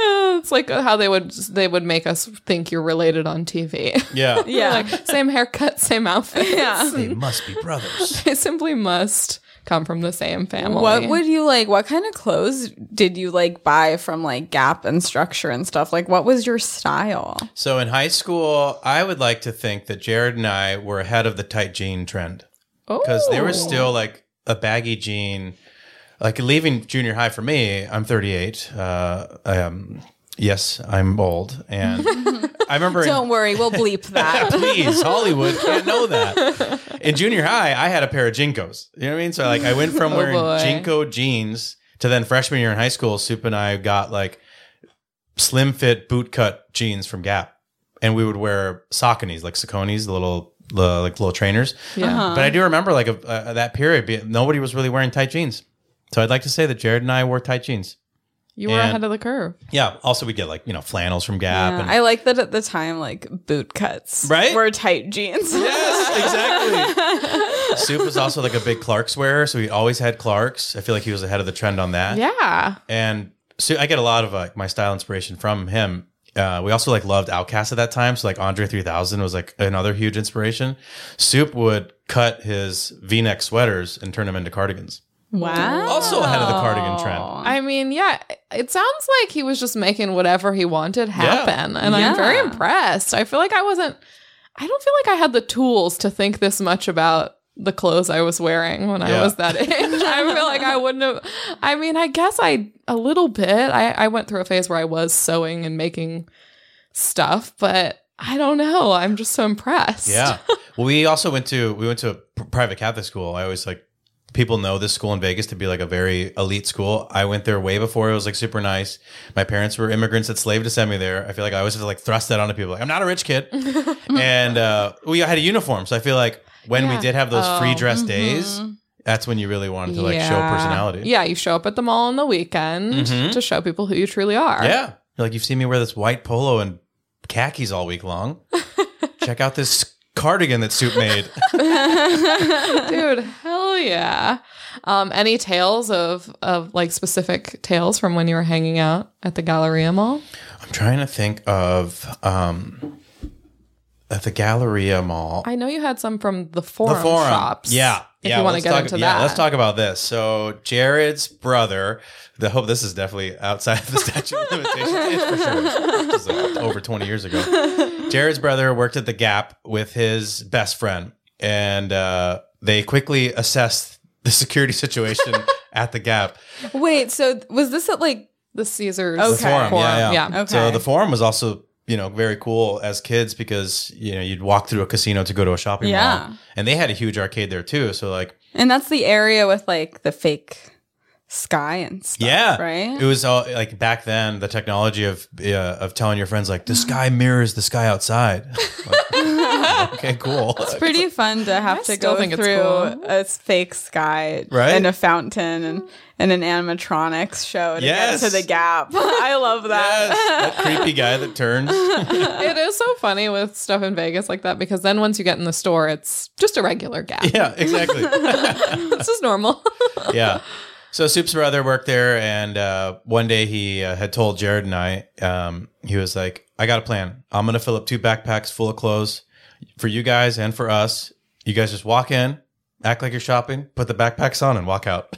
It's like uh, how they would they would make us think you're related on TV. yeah, yeah. like same haircut, same outfit. yeah. they must be brothers. They simply must come from the same family. What would you like? What kind of clothes did you like buy from like Gap and Structure and stuff? Like, what was your style? So in high school, I would like to think that Jared and I were ahead of the tight jean trend Oh, because there was still like a baggy jean. Like leaving junior high for me, I'm 38. Uh, um, yes, I'm old, and I remember. in- Don't worry, we'll bleep that. Please, Hollywood can't know that. In junior high, I had a pair of Jinkos. You know what I mean? So like, I went from wearing boy. Jinko jeans to then freshman year in high school, Soup and I got like slim fit boot cut jeans from Gap, and we would wear Sauconies, like Sauconies, the little the, like little trainers. Yeah. Uh-huh. But I do remember like a, uh, that period, be- nobody was really wearing tight jeans. So I'd like to say that Jared and I wore tight jeans. You were And- ahead of the curve. Yeah. Also, we get like you know flannels from Gap. Yeah, and I like that at the time, like boot cuts Right? were tight jeans. Yes, exactly. Soup was also like a big Clark's wearer, so he always had Clark's. I feel like he was ahead of the trend on that. Yeah. And so I get a lot of like my style inspiration from him. Uh, we also like loved Outkast at that time, so like Andre 3000 was like another huge inspiration. Soup would cut his V-neck sweaters and turn them into cardigans. Wow. Also ahead of the cardigan trend. I mean, yeah, it sounds like he was just making whatever he wanted happen. And Yeah. I'm very impressed. I feel like I wasn't, I don't feel like I had the tools to think this much about the clothes I was wearing when Yeah. I was that age. I feel like I wouldn't have, I mean, I guess I, a little bit, I, I went through a phase where I was sewing and making stuff, but I don't know. I'm just so impressed. Yeah. well, we also went to we went to a p- private Catholic school. I always like people know this school in Vegas to be like a very elite school. I went there way before it was like super nice. My parents were immigrants that slaved to send me there. I feel like I always have to like thrust that onto people. Like I'm not a rich kid, and uh, we had a uniform, so I feel like when we Yeah. did have those free Oh, dress days, that's when you really wanted to like show Yeah. personality. Yeah, you show up at the mall on the weekend Mhm. to show people who you truly are. yeah. You're like you've seen me wear this white polo and khakis all week long. Check out this cardigan that Soup made. dude hell yeah um any tales of of like specific tales from when you were hanging out at the galleria mall I'm trying to think of um at the Galleria Mall. i know you had some from the the forum, forum. shops Yeah. if yeah, you want to let's get talk, into yeah, that let's talk about this. So Jared's brother, the hope this is definitely outside of the statute of limitations. It's for sure. This is like over 20 years ago. Jared's brother worked at the Gap with his best friend, and uh, they quickly assessed the security situation at the Gap. Wait, so th- was this at like the caesars The The forum, yeah, yeah. Okay. So the forum was also, you know, very cool as kids because you know you'd walk through a casino to go to a shopping Yeah. mall, and they had a huge arcade there too. So like, and that's the area with like the fake sky and stuff. yeah, right? It was all like back then the technology of uh, of telling your friends like the Mm-hmm. sky mirrors the sky outside. Like, okay, cool. It's pretty fun to have to still go think through it's cool. a s- fake sky Right? and a fountain and, and an animatronics show to Yes. get to the gap. I love that. Yes, that creepy guy that turns. it is so funny with stuff in vegas like that because then once you get in the store it's just a regular gap yeah, exactly. it's just normal yeah. So Soup's brother worked there, and uh, one day he uh, had told Jared and I, um, he was like, "I got a plan. I'm gonna fill up two backpacks full of clothes for you guys and for us. You guys just walk in, act like you're shopping, put the backpacks on, and walk out."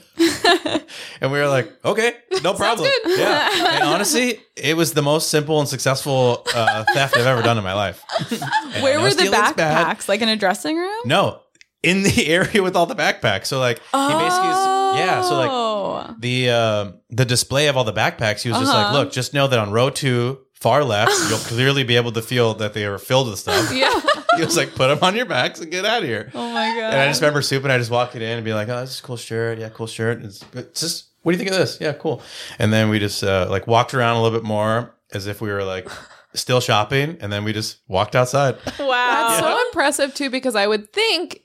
and we were like, "Okay, no problem." Yeah. And honestly, it was the most simple and successful uh, theft I've ever done in my life. And I Where know were the stealing's backpacks? bad. Like in a dressing room? No, in the area with all the backpacks. So like he basically is yeah. So like Oh. the uh, the display of all the backpacks, he was just Uh-huh. like, look, just know that on row two, far left, you'll clearly be able to feel that they are filled with stuff. yeah he was like, put them on your backs and get out of here. Oh my god. And I just remember Soup and I just walking in and being like, oh, this is a cool shirt. Yeah, cool shirt. It's, it's just, what do you think of this? Yeah, cool. And then we just uh, like walked around a little bit more as if we were like still shopping. And then we just walked outside. wow. That's so impressive too, because I would think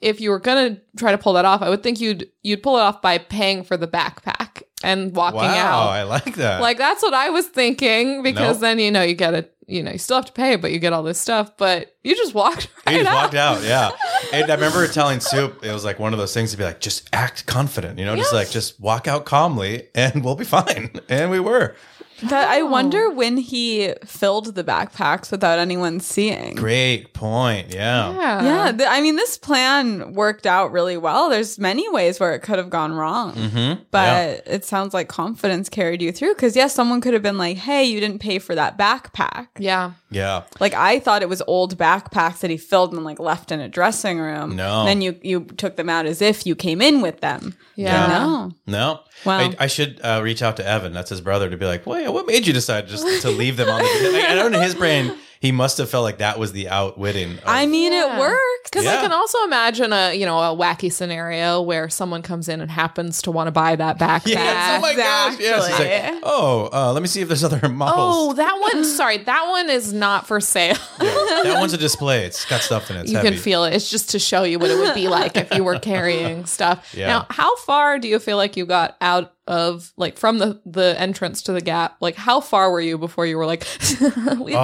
if you were gonna try to pull that off, I would think you'd you'd pull it off by paying for the backpack and walking Wow, out. I like that. Like that's what I was thinking, because Nope. then you know you get it. You know you still have to pay, but you get all this stuff. But you just walked He right just out. walked out, yeah. And I remember telling Soup, it was like one of those things to be like, just act confident, you know, just like, just walk out calmly and we'll be fine. And we were. That I wonder when he filled the backpacks without anyone seeing. Great point. Yeah. Yeah. Yeah, th- I mean, this plan worked out really well. There's many ways where it could have gone wrong, Mm-hmm. but it sounds like confidence carried you through. Because yes, someone could have been like, "Hey, you didn't pay for that backpack." Yeah. yeah. Like I thought it was old backpacks that he filled and like left in a dressing room. No. then you you took them out as if you came in with them. Yeah. No. No. Wow. I, I should uh, reach out to Evan. That's his brother to be like, wait, what made you decide just to leave them on the. Like, I know in his brain, he must have felt like that was the outwitting. Of, I mean, Yeah. it worked. Because Yeah. I can also imagine a you know a wacky scenario where someone comes in and happens to want to buy that backpack. yes. Oh my gosh. Yes. He's Exactly. like, oh, uh, let me see if there's other Oh, models. that one. Sorry, that one is not for sale. Yeah. That one's a display. It's got stuff in it. It's Oh. you heavy. can feel it. It's just to show you what it would be like if you were carrying stuff. Yeah. Now, how far do you feel like you got out of like from the the entrance to the gap? Like how far were you before you were like, we've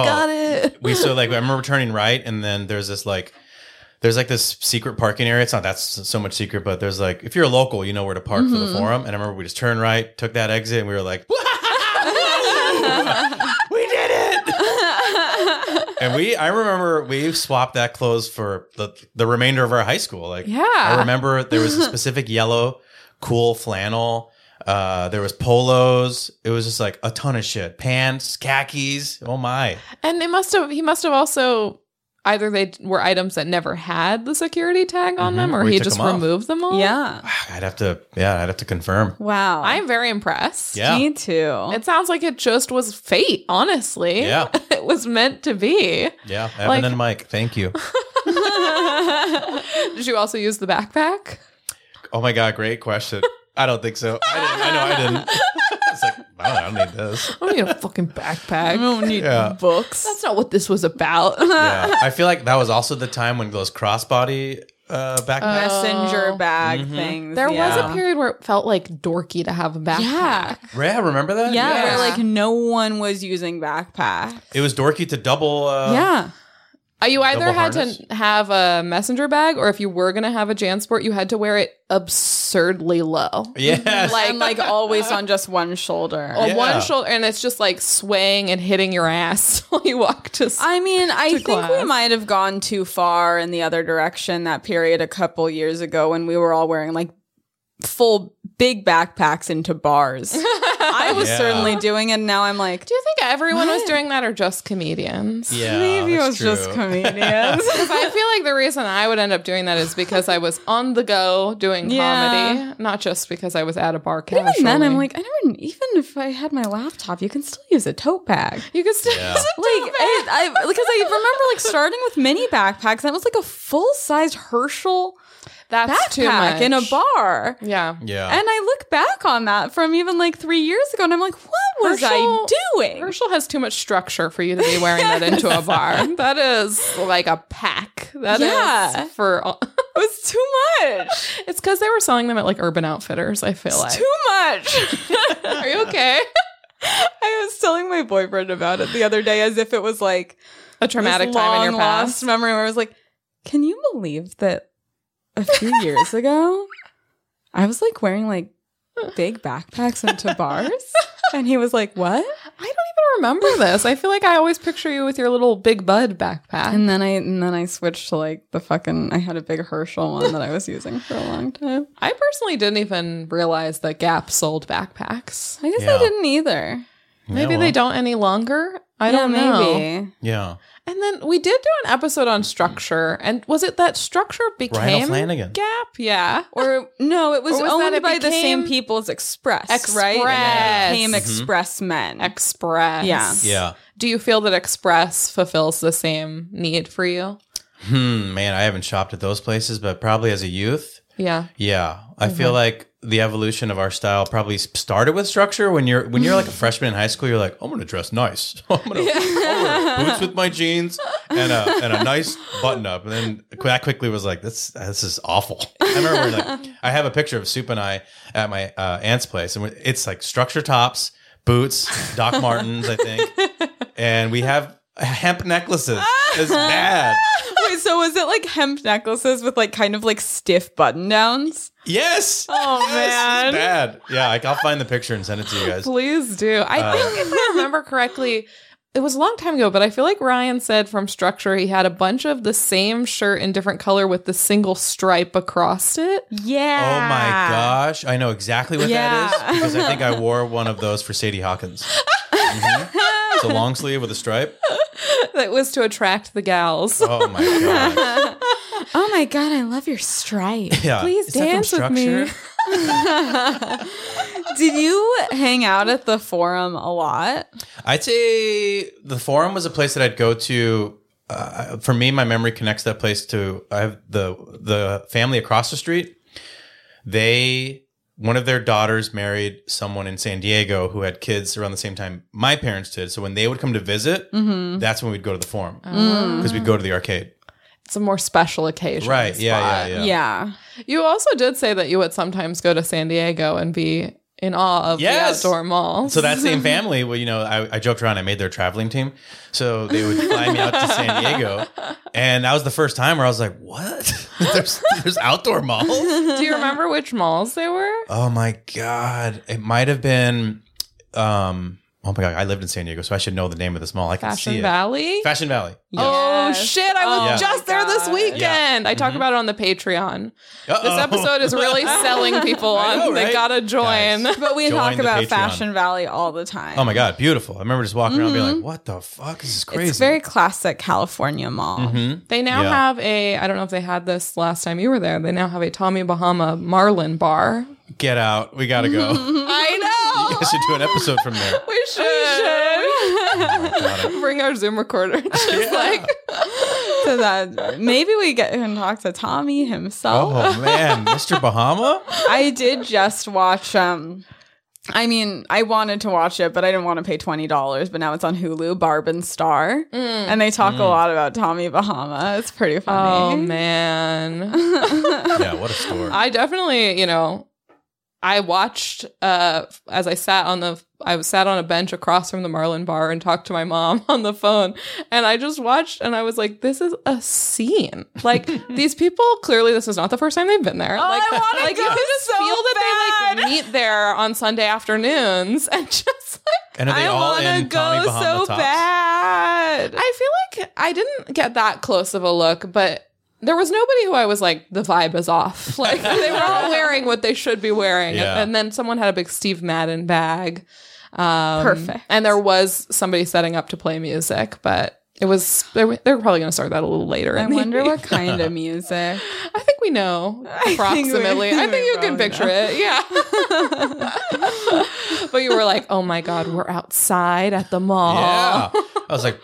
Oh, got it. we so like I remember turning right, and then there's this like there's like this secret parking area. It's not that s- so much secret, but there's like if you're a local, you know where to park for the forum. And I remember we just turned right, took that exit, and we were like, we did it. and we I remember we swapped that clothes for the the remainder of our high school. Like Yeah. I remember there was a specific yellow cool flannel. Uh, there was polos. It was just like a ton of shit. Pants, khakis. Oh my. And it must have he must have also either they were items that never had the security tag on Mhm. them or We he took just them off. removed them all. Yeah. I'd have to, yeah, I'd have to confirm. Wow. I'm very impressed. Yeah. Me too. It sounds like it just was fate, honestly. Yeah. it was meant to be. Yeah. Evan Like- and Mike, thank you. Did you also use the backpack? Oh my God, great question. I don't think so. I, didn't, I know I didn't. It's like, I don't, I don't need this. I don't need a fucking backpack. don't need Yeah. books. That's not what this was about. Yeah. I feel like that was also the time when those crossbody uh, backpacks. messenger bag Mhm. things. there was yeah. a period where it felt like dorky to have a backpack. Yeah. yeah, remember that? Yeah, Yeah. where like no one was using backpack. It was dorky to double. Uh, yeah. Uh, You either Double had harness? to have a messenger bag, or if you were going to have a Jansport, you had to wear it absurdly low. Yes. Like and like always on just one shoulder. On Yeah. one shoulder, and it's just like swaying and hitting your ass while you walk to. s- I mean, I think we class. might have gone too far in the other direction that period a couple years ago when we were all wearing like full big backpacks into bars. I was Yeah. certainly doing it. And now I'm like, Do you think everyone was doing that, or just comedians? yeah. maybe it that's was true. just comedians. I feel like the reason I would end up doing that is because I was on the go doing Yeah. comedy, not just because I was at a bar. Even Casually. then, I'm like, I never. Even if I had my laptop, you can still use a tote bag. you could still. Yeah. Like, I, I, because I remember like starting with mini backpacks. That was like a full sized Herschel That's too much backpack in a bar. Yeah. Yeah. And I look back on that from even like three years ago, and I'm like, what was Herschel- I doing? Herschel has too much structure for you to be wearing that into a bar. That is like a pack. That is Yeah. for all- It was too much. It's cuz they were selling them at like Urban Outfitters, I feel like. Too much. Are you okay? I was telling my boyfriend about it the other day, as if it was like A this traumatic time in your long-lost past. memory where I was like, can you believe that a few years ago I was like wearing like big backpacks into bars? And he was like, what? I don't even remember this. I feel like I always picture you with your little Big Bud backpack. And then I and then I switched to like the fucking I had a big Herschel one that I was using for a long time. I personally didn't even realize that Gap sold backpacks. I guess Yeah. I didn't either. Maybe they Yeah, well, don't any longer. I Yeah, don't know. maybe. Yeah. And then we did do an episode on structure, and was it that structure Ryan became Flanagan. Gap? Yeah. Or no, it was, Or was that owned it by the same became- people as Express, right? Express. And then it became Mhm. Express Men. Express. Yeah. Yeah. Do you feel that Express fulfills the same need for you? Hmm. Man, I haven't shopped at those places, but probably as a youth, Yeah. Yeah, I feel like the evolution of our style probably s- started with structure. When you're when you're like a freshman in high school, you're like, I'm gonna dress nice. I'm gonna I'll wear boots with my jeans and a and a nice button up. And then qu- that quickly was like, this this is awful. I remember like I have a picture of Soup and I at my uh, aunt's place, and we- it's like structure tops, boots, Doc Martens, I think, and we have hemp necklaces. It's bad. Wait, so was it like hemp necklaces with like kind of like stiff button downs? Yes. Oh, Yes, man. it's bad. Yeah, like, I'll find the picture and send it to you guys. Oh Please do. I Uh, think if I remember correctly, it was a long time ago, but I feel like Ryan said from structure he had a bunch of the same shirt in different color with the single stripe across it. Yeah. Oh my gosh, I know exactly what that Yeah. is because I think I wore one of those for Sadie Hawkins. Mhm. It's a long sleeve with a stripe. that was to attract the gals. Oh my god. Oh my god, I love your stripe. Yeah. Please Is that from dance with me. Structure? Did you hang out at the forum a lot? I'd say the forum was a place that I'd go to. Uh, for me, my memory connects that place to I have the the family across the street. They one of their daughters married someone in San Diego who had kids around the same time my parents did. So when they would come to visit, Mm-hmm. that's when we'd go to the forum because we'd go to the arcade. It's a Mm. more special occasion. Uh-huh. Right? Yeah, spot. yeah, yeah. Yeah. You also did say that you would sometimes go to San Diego and be in awe of Yes. the outdoor mall. So that same family, well, you know, I, I joked around. I made their traveling team, so they would fly me out to San Diego, and that was the first time where I was like, "What? there's there's outdoor malls? Do you remember which malls they were? Oh my god! It might have been, um, oh my god! I lived in San Diego, so I should know the name of this mall. I can see Fashion it. Valley. Fashion Valley. Oh Yes. shit! I was Oh my just there this God. weekend. I talk Mm-hmm. about it on the Patreon. Oh, Uh-oh. This episode is really selling people I on. know, They right? gotta join. Guys. But we Join talk the about Patreon. Fashion Valley all the time. Oh my god! Beautiful. I remember just walking around, Mm-hmm. being like, "What the fuck? This is crazy." Mm-hmm. It's very classic California mall. They now Yeah. have a. I don't know if they had this last time you were there. They now have a Tommy Bahama Marlin bar. Get out. We gotta go. Mm-hmm. you I know. guys should do an episode from there. We should. Oh my God. Bring our Zoom recorder. Just like So that maybe we get and talk to Tommy himself. Oh man, Mr. Bahama. I did just watch um I mean, I wanted to watch it, but I didn't want to pay twenty dollars. But now it's on Hulu, Barb and Star, mm. and they Mm. talk a lot about Tommy Bahama. It's pretty Oh Um, funny. man. Yeah, what a store. I definitely, you know, I watched uh as I sat on the I was sat on a bench across from the Marlin bar and talked to my mom on the phone and I just watched and I was like this is a scene. Like these people clearly this is not the first time they've been there. like Oh, I wanna like you go can just so feel that they bad. like meet there on Sunday afternoons and just like And are they I all want to in Tommy go Bahama so tops? bad. I feel like I didn't get that close of a look, but there was nobody who I was like, the vibe is off. Like they were all wearing what they should be wearing. Yeah. And then someone had a big Steve Madden bag. Um, Perfect. And there was somebody setting up to play music, but it was, they were, they were probably going to start that a little later. I in the wonder evening. what kind of music. I think we know think we- approximately. I we think you can probably picture it. Yeah. but you were like, oh my God, we're outside at the mall. Yeah. I was like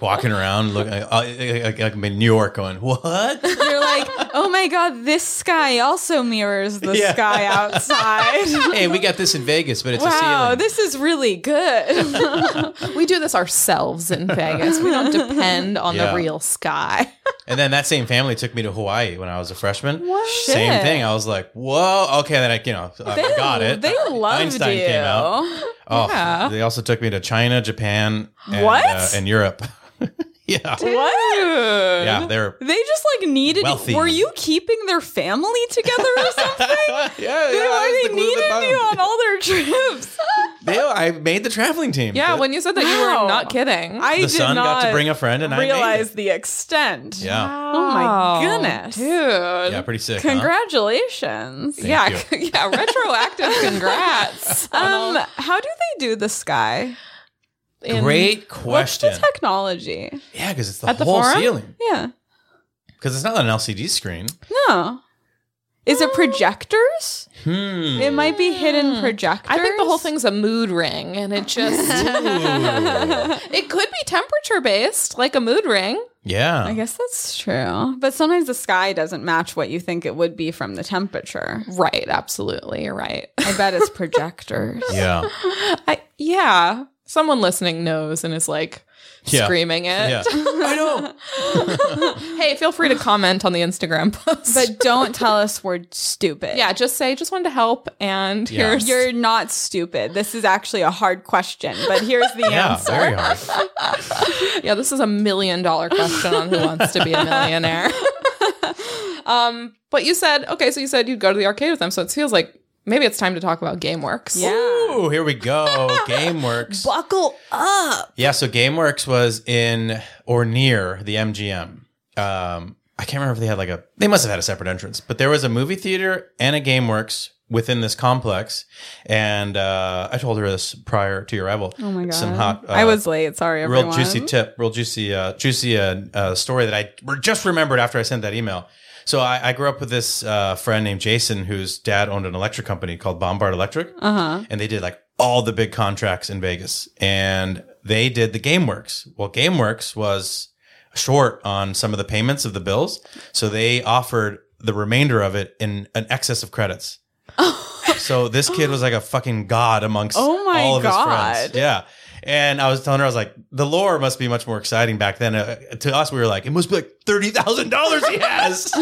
walking around looking like, uh, like, like I'm in New York going, what? You're like, oh my god, this sky also mirrors the Yeah. sky outside. hey, we got this in Vegas, but it's wow, a ceiling. this is really good. We do this ourselves in Vegas. We don't depend on Yeah. the real sky. and then that same family took me to Hawaii when I was a freshman. What? Same Shit. thing. I was like, whoa. Okay, then I, you know, I got it. They loved Einstein you. came out. Oh, Yeah. they also took me to China, Japan, and, What? uh, and Europe. yeah. What? Yeah, they're. They just like needed. Wealthy. Were you keeping their family together or something? yeah, yeah, they I was already the glue needed that bound. you on all their trips. They- I made the traveling team. Yeah, The- when you said that you were Wow. not kidding. I the did son not got to bring a friend, and I made it. realize the extent. Yeah. Oh my goodness. Dude. Yeah, pretty sick. huh? Congratulations. yeah, Thank yeah, retroactive congrats. Um, how do they do the sky? In- Great What's question. the technology? yeah, because it's the At the whole forum? ceiling. Yeah. Because it's not an LCD screen. No. Is it projectors? Hmm. It might be hidden projectors. Uh, I think the whole thing's a mood ring and it just Ooh. it could be temperature based like a mood ring. yeah. I guess that's true. But sometimes the sky doesn't match what you think it would be from the temperature. Right, absolutely, you're right. I bet it's projectors. Yeah. I, yeah, someone listening knows and is like Yeah. screaming it. Yeah. I know. Hey, feel free to comment on the Instagram post. But don't tell us we're stupid. yeah, just say just wanted to help and Yeah. here's You're not stupid. This is actually a hard question, but here's the Yeah, answer. very hard. Yeah, this is a million dollar question on who wants to be a millionaire. um, But you said, okay, so you said you'd go to the arcade with them. So it feels like maybe it's time to talk about GameWorks. Ooh, here we go. GameWorks. Buckle up. Yeah, so GameWorks was in or near the MGM. Um, I can't remember if they had like a. They must have had a separate entrance, but there was a movie theater and a GameWorks within this complex. And uh, I told her this prior to your arrival. Oh my god. Some hot. Uh, I was late. Sorry, real everyone. juicy tip, real juicy, uh, juicy uh, uh, story that I re- just remembered after I sent that email. So I, I grew up with this uh, friend named Jason, whose dad owned an electric company called Bombard Electric, Uh huh. and they did like all the big contracts in Vegas, and they did the GameWorks. Well, GameWorks was short on some of the payments of the bills, so they offered the remainder of it in an excess of credits. so this kid was like a fucking god amongst Oh my all of his God. friends. Yeah. And I was telling her, I was like, the lore must be much more exciting back then. Uh, to us, we were like, it must be like thirty thousand dollars he has.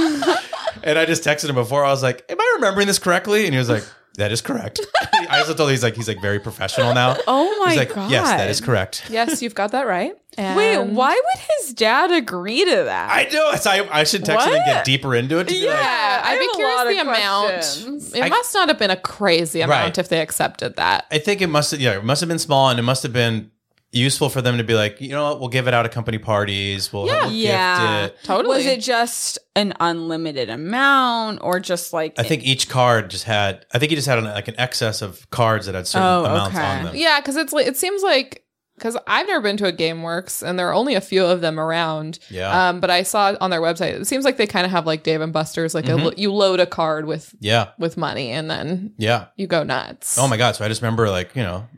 and I just texted him before. I was like, am I remembering this correctly? And he was like, that is correct. I also told him he's like, he's like very professional now. Oh my he's like, god. yes, that is correct. Yes, you've got that right. Wait, And- why would his dad agree to that? I know. So I, I should text him and What? get deeper into it. To be like, Yeah, I I'd be have a curious lot the of amount. questions. It I- must not have been a crazy amount Right. if they accepted that. I think it must have, yeah, it must have been small and it must have been useful for them to be like, you know what, we'll give it out at company parties. We'll, we'll gift yeah. it. Totally. Was it just an unlimited amount or just like I think each card just had, I think he just had an, like an excess of cards that had certain Oh, amounts okay. on them. Yeah, because it's like it seems like because I've never been to a GameWorks and there are only a few of them around. Yeah. Um, but I saw on their website it seems like they kind of have like Dave and Buster's, like a Mm-hmm. lo- you load a card with Yeah. with money and then Yeah. you go nuts. Oh my God. So I just remember like, you know,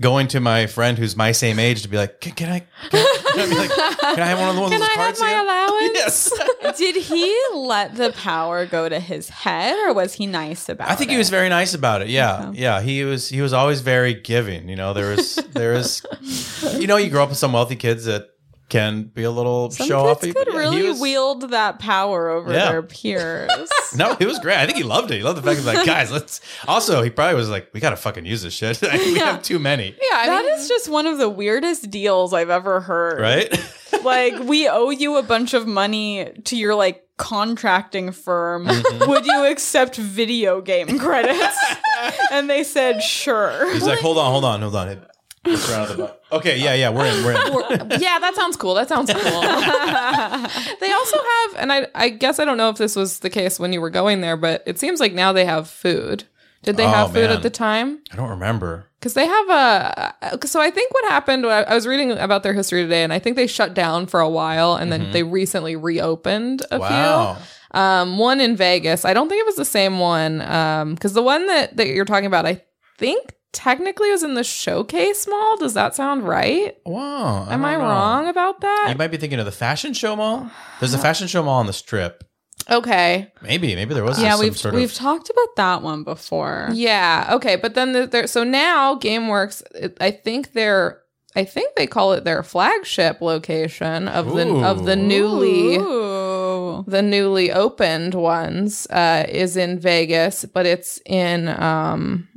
going to my friend who's my same age to be like, can, can I, can, can I, be like, can I have one of the ones Can those I have cards my here? allowance? Yes. did he let the power go to his head or was he nice about it? I think he was very nice about it. Yeah, yeah. He was he was always very giving. You know, there was there is, you know, you grow up with some wealthy kids that can be a little Some show offy. kids could but yeah, he really was- wield that power over Yeah. their peers. No, it was great. I think he loved it. He loved the fact that like, guys, let's. Also, he probably was like, we gotta fucking use this shit. Like, we have too many, Yeah, I That mean, is just one of the weirdest deals I've ever heard. right? Like, we owe you a bunch of money to your like contracting firm. Mm-hmm. Would you accept video game credits? and they said, sure. He's like, hold on, hold on, hold on. It's round of the butt. Okay, yeah, yeah, we're in, we're in. yeah, that sounds cool. That sounds cool. they also have, and I, I guess I don't know if this was the case when you were going there, but it seems like now they have food. Did they Oh, have food at man. the time? I don't remember. Because they have a. uh, So I think what happened, I I was reading about their history today, and I think they shut down for a while, and then they recently reopened a Mm-hmm. Wow. few. Um, one in Vegas. I don't think it was the same one. Um, because the one that that you're talking about, I think technically was in the Showcase Mall. Does that sound right? Wow. Am I don't know. wrong about that? You might be thinking of the fashion show mall. There's a fashion show mall on the strip. Okay. Maybe, maybe there was yeah, some we've sort we've of talked about that one before. Yeah. Okay. But then the, there, so now GameWorks, it- I think they're, I think they call it their flagship location of the of the Ooh. newly Ooh. the newly opened ones uh, is in Vegas, but it's in um,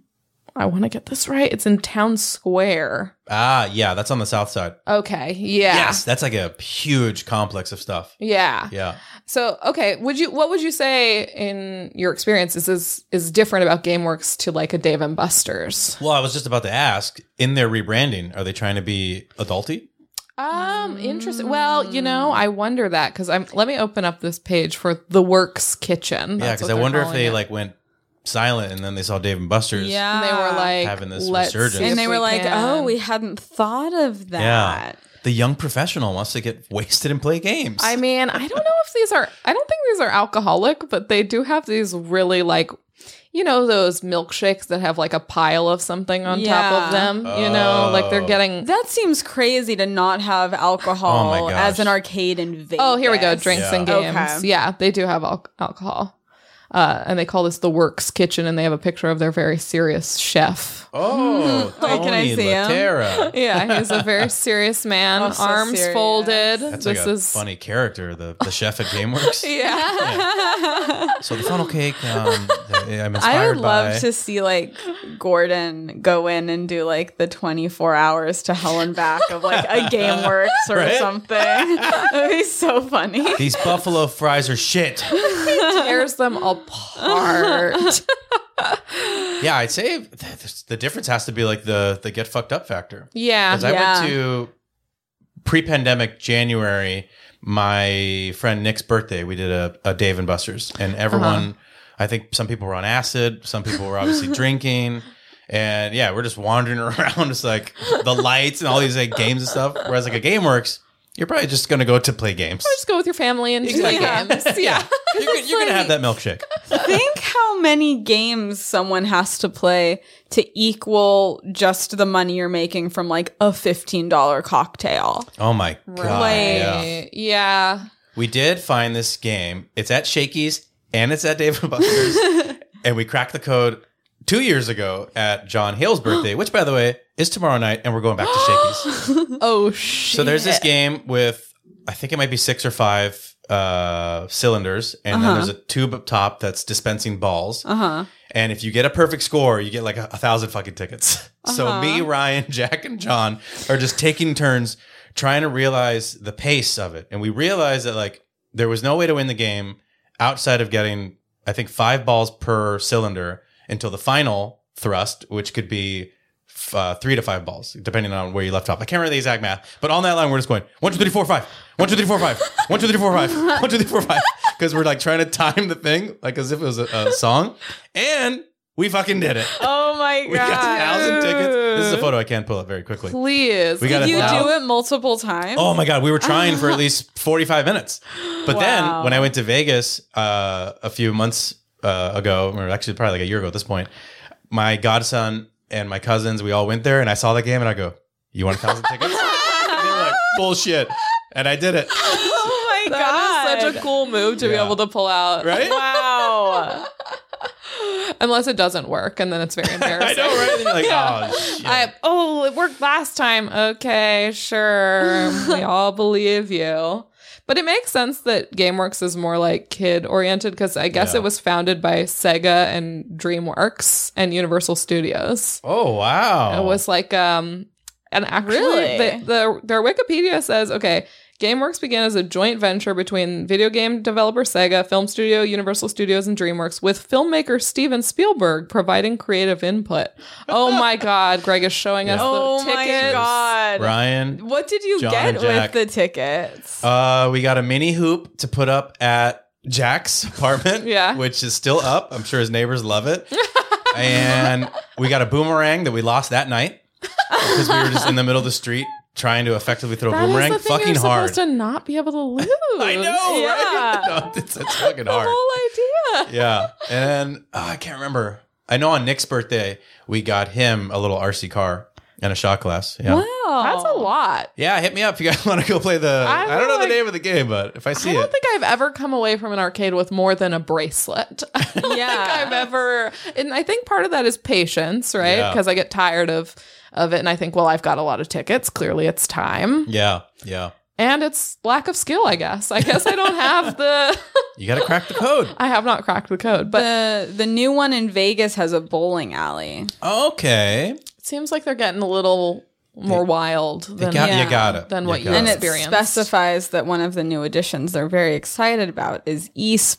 I want to get this right. It's in Town Square. Ah, yeah, that's on the south side. Okay. Yeah. Yes, that's like a huge complex of stuff. Yeah. Yeah. So, okay, would you what would you say in your experiences is is different about GameWorks to like a Dave and Buster's? Well, I was just about to ask in their rebranding, are they trying to be adulty? Um, interesting. Well, you know, I wonder that because I'm. Let me open up this page for the Works Kitchen. yeah, That's because what I they're wonder if calling they it. like went silent and then they saw Dave and Buster's. Yeah. And they were like having this "Let's see resurgence." if and they we were like, can." oh, we hadn't thought of that. The young professional wants to get wasted and play games. I mean, I don't know if these are. I don't think these are alcoholic, but they do have these really like, you know, those milkshakes that have like a pile of something on top Yeah. of them. You know, like they're Oh. getting. That seems crazy to not have alcohol Oh my gosh. as an arcade in Vegas. Oh, here we go. Drinks Yeah. and games. Okay. Yeah, they do have al- alcohol. uh, and they call this the Works Kitchen, and they have a picture of their very serious chef. Oh, Tony Wait, can I see him? Laterra. Yeah, he's a very serious man, Oh, so arms serious. folded. That's this like a is funny character, the, the chef at GameWorks. yeah. So the funnel cake, um, that I'm inspired I would by. love to see like Gordon go in and do like the 24 hours to hell and back of like a GameWorks or Right? something. That'd be so funny. These buffalo fries are shit. tears them apart. Yeah, I'd say th- th- the difference has to be like the the get fucked up factor. yeah. Because I Yeah. went to pre pandemic January, my friend Nick's birthday, we did a, a Dave and Buster's, and everyone, I think some people were on acid, some people were obviously drinking. And yeah, we're just wandering around, just like the lights and all these like games and stuff. Whereas like a game works, you're probably just gonna go to play games. just go with your family and play games. Yeah. You're, gonna- you're gonna have that milkshake. Think how many games someone has to play to equal just the money you're making from like a $15 cocktail. Oh my god! Yeah. Play. Yeah. We did find this game. It's at Shakey's and it's at Dave and Buster's. and we cracked the code two years ago at John Hale's birthday, which, by the way, is tomorrow night. And we're going back to Shakey's. Oh shit. so there's this game with, I think it might be six or five uh, cylinders. And then there's a tube up top that's dispensing balls. Uh Uh-huh. huh. And if you get a perfect score, you get like a, a thousand fucking tickets. So me, Ryan, Jack, and John are just taking turns trying to realize the pace of it. And we realized that like there was no way to win the game outside of getting, I think, five balls per cylinder until the final thrust, which could be f- uh, three to five balls, depending on where you left off. I can't remember the exact math, but on that line, we're just going one, two, three, four, five. One, two, three, four, five. One, two, three, four, five. One, two, three, four, five. Because we're like trying to time the thing, like as if it was a, a song. And we fucking did it. Oh my We got a thousand God. tickets. This is a photo I can pull up very quickly. please. We got a You thousand. do it multiple times. Oh my god, we were trying for at least 45 minutes. But Wow. then when I went to Vegas uh, a few months uh, ago, or actually probably like a year ago at this point, my godson and my cousins, we all went there and I saw the game and I go, "You want a thousand tickets?" and they were like, "Bullshit!" And I did it. Oh my that is God. such a cool move to be Yeah. able to pull out, Right? wow. unless it doesn't work, and then it's very I embarrassing. know, right? And you're like, Yeah. "Oh shit!" I, oh, it worked last time. Okay, sure. we all believe you. But it makes sense that GameWorks is more like kid oriented because I guess Yeah. it was founded by Sega and DreamWorks and Universal Studios. oh wow! It was like um and actually Really? the, the their Wikipedia says, okay, GameWorks began as a joint venture between video game developer Sega, film studio Universal Studios and DreamWorks with filmmaker Steven Spielberg providing creative input. Oh my god, Greg is showing us Oh the tickets. my God. Ryan. What did you John get and with Jack. the tickets? Uh, we got a mini hoop to put up at Jack's apartment, Yeah. which is still up. I'm sure his neighbors love it. and we got a boomerang that we lost that night because we were just in the middle of the street trying to effectively throw a That is boomerang. the thing Fucking you're hard. supposed to not be able to lose. I know, right? Yeah. No, it's, it's fucking hard. Whole idea. Yeah, and oh, I can't remember. I know on Nick's birthday we got him a little RC car and a shot glass. Yeah. wow. That's a lot. Yeah, hit me up if you guys want to go play the. I I, don't know like- the name of the game, but if I see I it, don't think I've ever come away from an arcade with more than a bracelet. I don't think Yeah. I've ever, and I think part of that is patience, right? Yeah. Because I get tired of of it, and I think, well, I've got a lot of tickets. Clearly, it's time, yeah, yeah. and it's lack of skill. I guess. I guess I don't have the. You got to crack the code. I have not cracked the code, but the the new one in Vegas has a bowling alley. Okay. it seems like they're getting a little more wild than got, yeah. You got it. Than you what you got And it. it Experience. specifies that one of the new additions they're very excited about is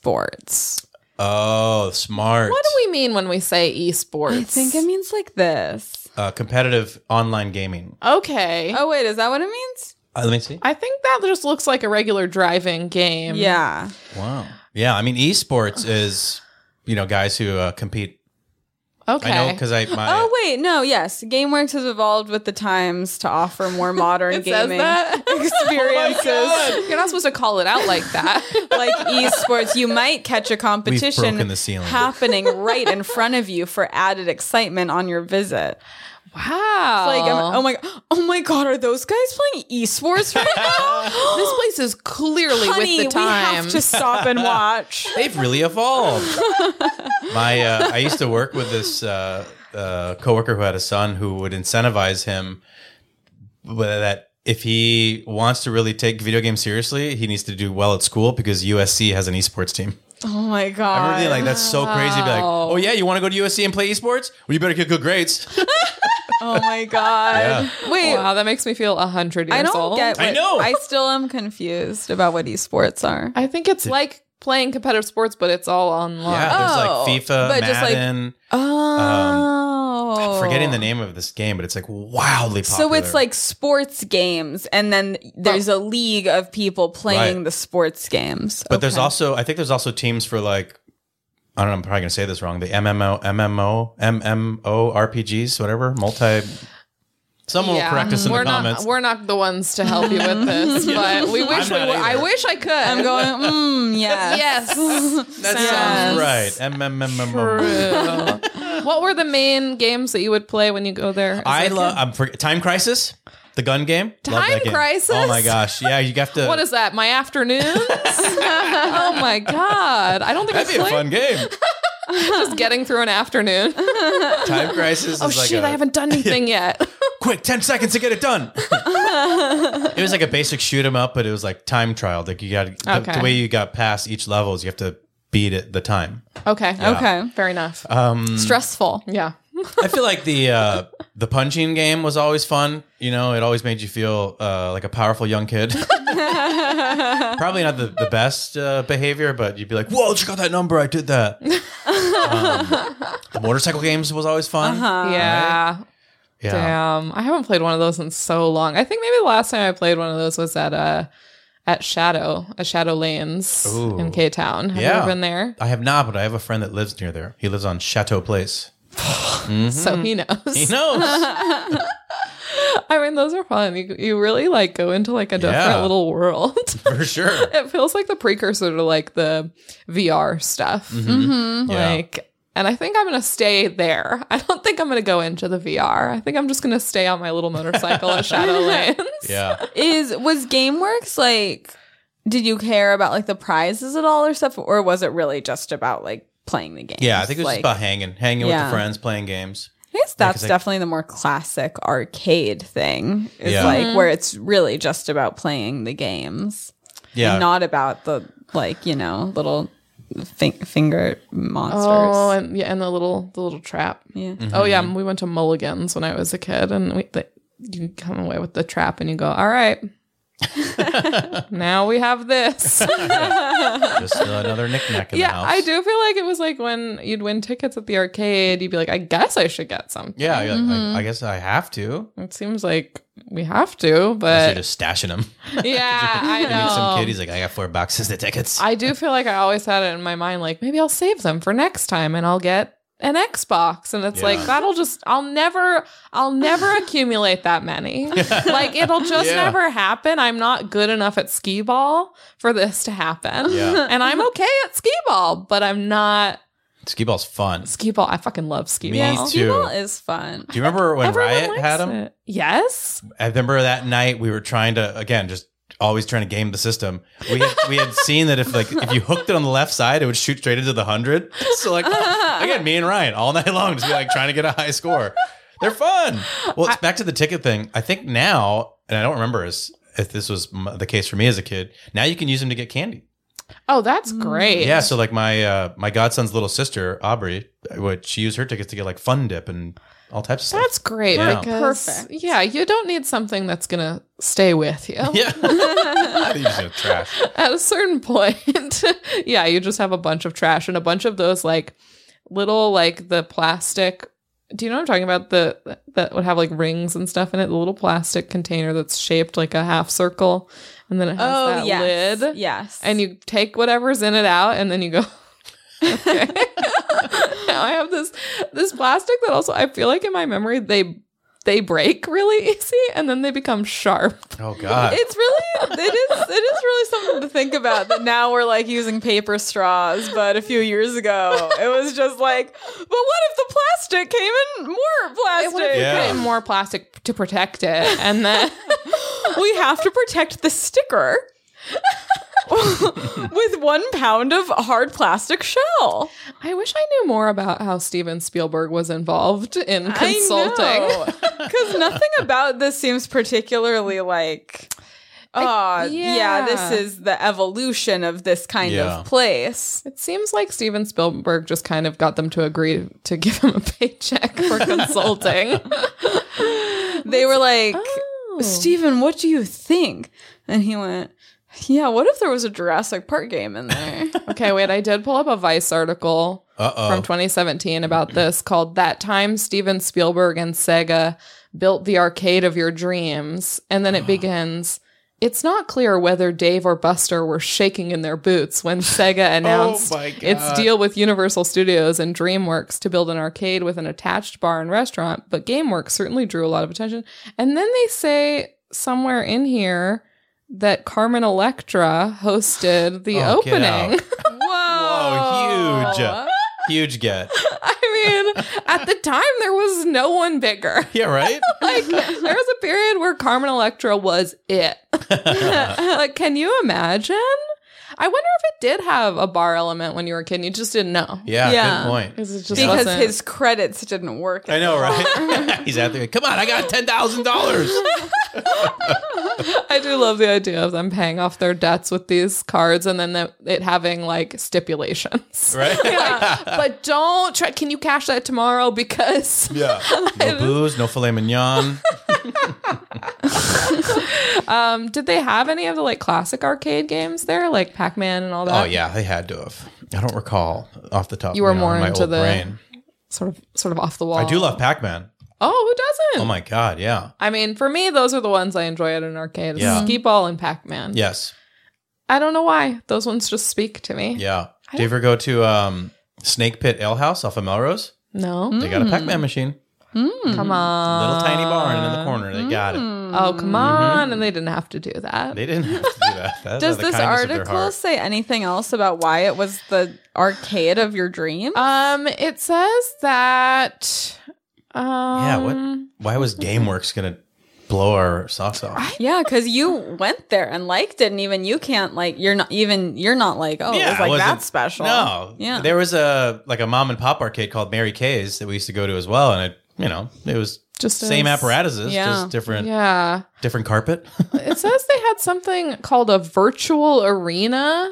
esports. Oh, smart. What do we mean when we say esports? I think it means like this. uh, competitive online gaming. okay. Oh wait, is that what it means? Uh, let me see. I think that just looks like a regular driving Mm-hmm. game. Yeah. Wow. Yeah, I mean, esports is you know guys who uh, compete. Okay. I know because I my Oh wait, no, yes. GameWorks has evolved with the times to offer more modern It says gaming that? Oh experiences. You're not supposed to call it out like that. like esports, you might catch a competition broken the ceiling. happening right in front of you for added excitement on your visit. wow. Like, I'm- oh my, oh my god, are those guys playing esports right now? this place is clearly Honey, with the we have times. to stop and watch. They've really evolved. My, uh, I used to work with this uh, uh, coworker who had a son who would incentivize him with- that if he wants to really take video games seriously, he needs to do well at school because USC has an esports team. oh my god! Everything like that's so crazy. Be like, Wow. oh yeah, you want to go to USC and play esports? Well, you better get good grades. Oh my god! Yeah. Wait, wow, that makes me feel a hundred years I don't old. get. What, I know. I still am confused about what esports are. I think it's like playing competitive sports, but it's all online. yeah, Oh, there's like FIFA, but just, like, Madden. oh, Um, forgetting the name of this game, but it's like wildly popular. So it's like sports games, and then there's a league of people playing Right. the sports games. but there's Okay. also I think there's also teams for like I don't know, I'm probably gonna say this wrong. The MMO, MMO, MMO RPGs, whatever, multi. Someone will correct us in Oh, we're the not, comments. We're not the ones to help you with this, but we wish I'm we not were, I either. wish I could. I'm going. Mm, yeah. yes. that Yes. sounds right. MMMO. True. what were the main games that you would play when you go there? as I a love. uh, kid? I'm for Time Crisis, the gun game. Love Time that game. Crisis? Oh my gosh! Yeah, you have to. What is that? My afternoons? oh my god! I don't think I That'd be a played fun game. just getting through an afternoon. Time Crisis. oh is like shit! I I I haven't done anything yet. quick 10 seconds to get it done it was like a basic shoot 'em up but it was like time trial like you got the, Okay. the way you got past each level is you have to beat it the time okay. Okay. Fair enough. Uh, Mm. Stressful. yeah. i feel like the uh the punching game was always fun you know it always made you feel uh like a powerful young kid probably not the, the best uh, behavior but you'd be like whoa check out that number i did that um, the motorcycle games was always fun Uh-huh. yeah. yeah Damn, I haven't played one of those in so long. I think maybe the last time I played one of those was at uh at Shadow, at Shadow Lanes Ooh. in K Town. Have you Yeah. ever been there? i have not but i have a friend that lives near there he lives on chateau place Mm-hmm. So he knows. he knows I mean, those are fun. You, you really like go into like a different Yeah. little world. for sure. it feels like the precursor to like the VR stuff. Mm-hmm. Mm-hmm. Yeah. Like, and I think I'm gonna stay there. I don't think I'm gonna go into the VR. I think I'm just gonna stay on my little motorcycle at Shadow Lanes. yeah. Is was GameWorks like? Did you care about like the prizes at all or stuff, or was it really just about like playing the game? Yeah, I think it was like, just about hanging, Yeah. hanging with your friends, playing games. I guess that's 'cause I- definitely the more classic arcade thing. Is Yeah. like where it's really just about playing the games, Yeah. and not about the like you know little fin- finger monsters. Oh, and yeah, and the little the little trap. yeah. Mm-hmm. Oh yeah, we went to Mulligan's when I was a kid, and we the, you come away with the trap, and you go, all right. now we have this. just another knickknack in the yeah, house. I do feel like it was like when you'd win tickets at the arcade, you'd be like, I guess I should get some. Yeah, you're like, Mm-hmm. I, I guess I have to. It seems like we have to, They're but just stashing them. yeah, I you meet some know. kid, he's like, I got four boxes of tickets. I do feel like I always had it in my mind, like maybe I'll save them for next time, and I'll get an Xbox, and it's Yeah. like that'll just I'll never I'll never accumulate that many. like it'll just Yeah. never happen. I'm not good enough at skee ball for this to happen, Yeah. and I'm okay at skee ball, but I'm not Skee ball's fun. skee ball. I fucking love skee Me ball. too. T-ball is fun. Do you remember when Everyone Riot likes had them? it. Yes. I remember that night we were trying to again just always trying to game the system. We had, we had seen that if like if you hooked it on the left side, it would shoot straight into the hundred. So like again, me and Ryan all night long just be like trying to get a high score. They're fun. Well, it's back to the ticket thing. I think now, and I don't remember as, if this was m- the case for me as a kid. Now you can use them to get candy. Oh, that's great. Yeah. So like my uh, my godson's little sister Aubrey, would she used her tickets to get like fun dip and all types of stuff. That's great Yeah. because Perfect. yeah, you don't need something that's gonna stay with you. yeah. I think you just have trash. At a certain point, yeah, you just have a bunch of trash and a bunch of those like little like the plastic. Do you know what I'm talking about? The that would have like rings and stuff in it. The little plastic container that's shaped like a half circle, and then it has Oh that yes, lid. yes. And you take whatever's in it out, and then you go. okay. now I have this this plastic that also I feel like in my memory they they break really easy and then they become sharp. Oh God. It's really it is it is really something to think about that now we're like using paper straws, but a few years ago it was just like, but what if the plastic came in more What if plastic? you Yeah. put in more plastic to protect it, and then We have to protect the sticker. with one pound of hard plastic shell. I wish I knew more about how Steven Spielberg was involved in I consulting. know. Because nothing about this seems particularly like, oh, yeah. this yeah. is the evolution of this kind Yeah. of place. It seems like Steven Spielberg just kind of got them to agree to give him a paycheck for consulting. They were like, "Oh." Steven, what do you think? And he went, yeah, what if there was a Jurassic Park game in there? okay, wait, I did pull up a Vice article Uh from oh. 2017 about this called That Time Steven Spielberg and Sega Built the Arcade of Your Dreams. And Uh-huh. then it begins. It's not clear whether Dave or Buster were shaking in their boots when Sega announced Oh my its God. deal with Universal Studios and DreamWorks to build an arcade with an attached bar and restaurant, but GameWorks certainly drew a lot of attention. And then they say somewhere in here that Carmen Electra hosted the Oh, get out. opening. Whoa. Whoa, huge. Huge get. I mean, at the time, there was no one bigger. Yeah, right? Like, there was a period where Carmen Electra was it. like, can you imagine? I wonder if it did have a bar element when you were a kid and you just didn't know. Yeah, Yeah. good point. 'Cause it just Because wasn't- his credits didn't work. I know, right? He's out there. Come on, I got ten thousand dollars. I do love the idea of them paying off their debts with these cards and then the, it having like stipulations. Right? Like, but don't try. Can you cash that tomorrow? Because Yeah. No booze, no filet mignon. Oh, um, did they have any of the like classic arcade games there, like Pac Man and all that? Oh yeah, they had to have. I don't recall off the top. You were know, more my into old the- brain. sort of sort of off the wall. I do love Pac-Man. Oh, who Oh doesn't? my god, yeah. I mean, for me, those are the ones I enjoy at an arcade: is Yeah. skee ball and Pac Man. Yes. I don't know why those ones just speak to me. Yeah. Do you ever go to um, Snake Pit Ale House off of Melrose? No, They Hmm. got a Pac-Man machine. come on, Little Uh, tiny barn in the corner. They got hmm. it. Oh, come on, and they didn't have to do that. Mm-hmm. They didn't have to do that. That's out of Does the this kindness of their article heart. say anything else about why it was the arcade of your dream? Um, it says that. Um, Yeah, what why was GameWorks gonna blow our socks off? yeah, because you went there and liked it, and even you can't like you're not even you're not like oh it was like wasn't- that special. No, yeah, There was a like a mom and pop arcade called Mary Kay's that we used to go to as well, and it you know it was Just same as- apparatuses, Yeah. just different Yeah, different carpet. it says they had something called a virtual arena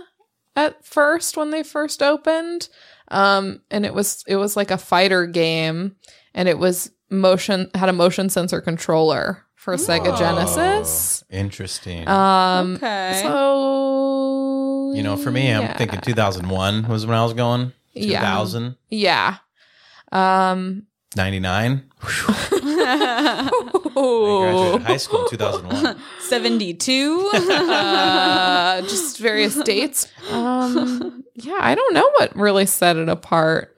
at first when they first opened, um, and it was it was like a fighter game, and it was motion had a motion sensor controller for Sega Genesis. Oh, interesting. Um, okay. so you know, for me, I'm yeah. thinking 2001 was when I was going. Yeah. 2000, yeah. Um, 99. I graduated high school in 2001. Seventy two. uh, just various dates. Um, yeah, I don't know what really set it apart.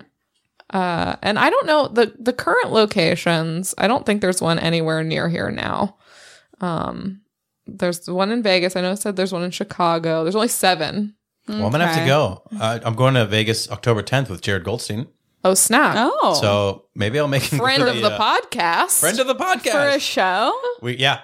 Uh, and I don't know the the current locations. I don't think there's one anywhere near here now. Um, there's the one in Vegas. I know I said there's one in Chicago. There's only seven. Well, I'm gonna have to Okay. go. Uh, I'm going to Vegas October 10th with Jared Goldstein, Oh snap! Oh, so maybe I'll make him go friend to of the uh, podcast. friend of the for a podcast. show. we, yeah,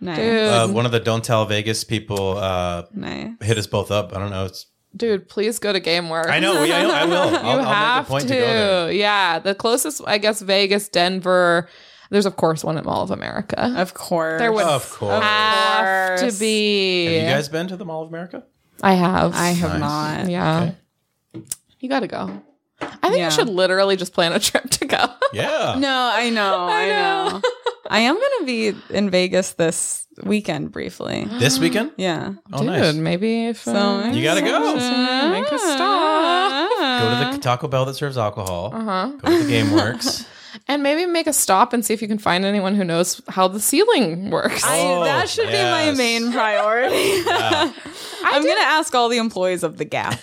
Nice, dude, uh, one of the Don't Tell Vegas people uh, nice. hit us both up. I don't know. It's dude, please go to GameWorks. I know. Yeah, I, know, I will. I'll, You I'll have make a to. point to. go there. yeah, the closest, I guess, Vegas, Denver. There's of course one at Mall of America. Of course, There would Of course. have to course. be. Have you guys been to the Mall of America? I have. I have Nice. not. Yeah. Okay. You got to go. I think Yeah. you should literally just plan a trip to go. Yeah. No, I know, I, know. know. I am gonna be in Vegas this weekend briefly. This weekend? Yeah. Oh, Dude, nice. maybe if So uh, You gotta go. make a stop. Go to Uh-huh. the Taco Bell that serves alcohol. Uh-huh. Go to the GameWorks. And maybe make a stop and see if you can find anyone who knows how the ceiling works. I, Oh, that should be my yes. main priority. Yeah. I'm gonna ask all the employees of the Gap.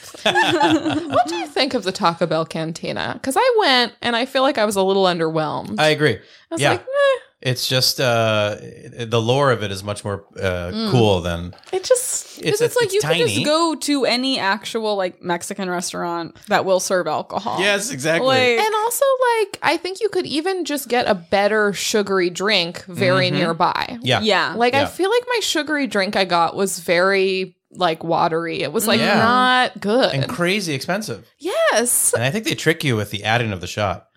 what do you think of the Taco Bell Cantina? Because I went and I feel like I was a little underwhelmed. I agree. was Uh, yeah. like, eh, it's just uh, the lore of it is much more uh, cool than it just Because it's, it's, like it's you tiny. can just go to any actual like Mexican restaurant that will serve alcohol. Yes, exactly. Like- And also, like, I think you could even just get a better sugary drink very nearby. Mm-hmm. yeah. Yeah. Like, I Yeah. feel like my sugary drink I got was very like watery. It was like Yeah. not good. and crazy expensive. yes. And I think they trick you with the adding of the shot.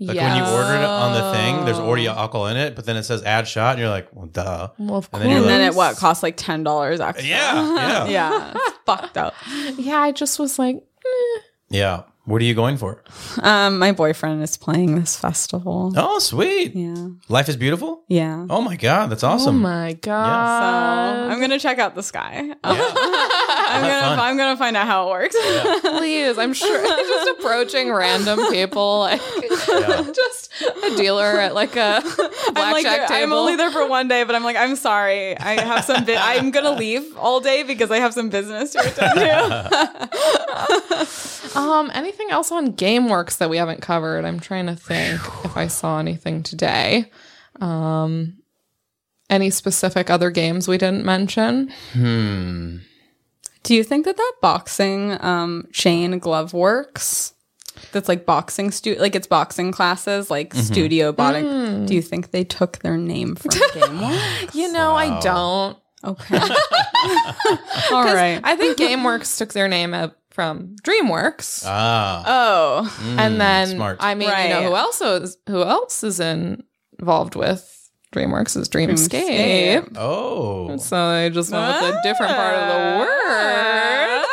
Like when you order it on the thing, there's already alcohol in it, but then it says add shot, and you're like, well, duh. Well, of course. And then you're And like- then it what costs like ten dollars extra. Yeah, yeah. yeah. It's fucked up. yeah, I just was like, eh. Yeah. What are you going for? Um, my boyfriend is playing this festival. Oh, sweet. Yeah. Life is beautiful. Yeah. Oh my god, that's awesome. oh my So god. I'm gonna check out the sky. Have I'm gonna fun. I'm gonna find out how it works. Please, I'm sure just approaching random people, like Yeah. just a dealer at like a I'm like blackjack there- I'm table. only there for one day, but I'm like I'm sorry. I have some. Bu- I'm gonna leave all day because I have some business to attend to. Um, anything else on GameWorks that we haven't covered? I'm trying to think if I saw anything today. Um, any specific other games we didn't mention? Do you think that that boxing um, chain glove works? That's like boxing stu like it's boxing classes like studio botting. Do you think they took their name from GameWorks? You know, I don't. Okay. all right. I think GameWorks took their name up from DreamWorks, Ah, Mm, oh, and then smart. I mean, you know Right. who else is who else is in, involved with DreamWorks is Dreamscape. Dreamscape. oh, So they just went with a different part of the Ah. word.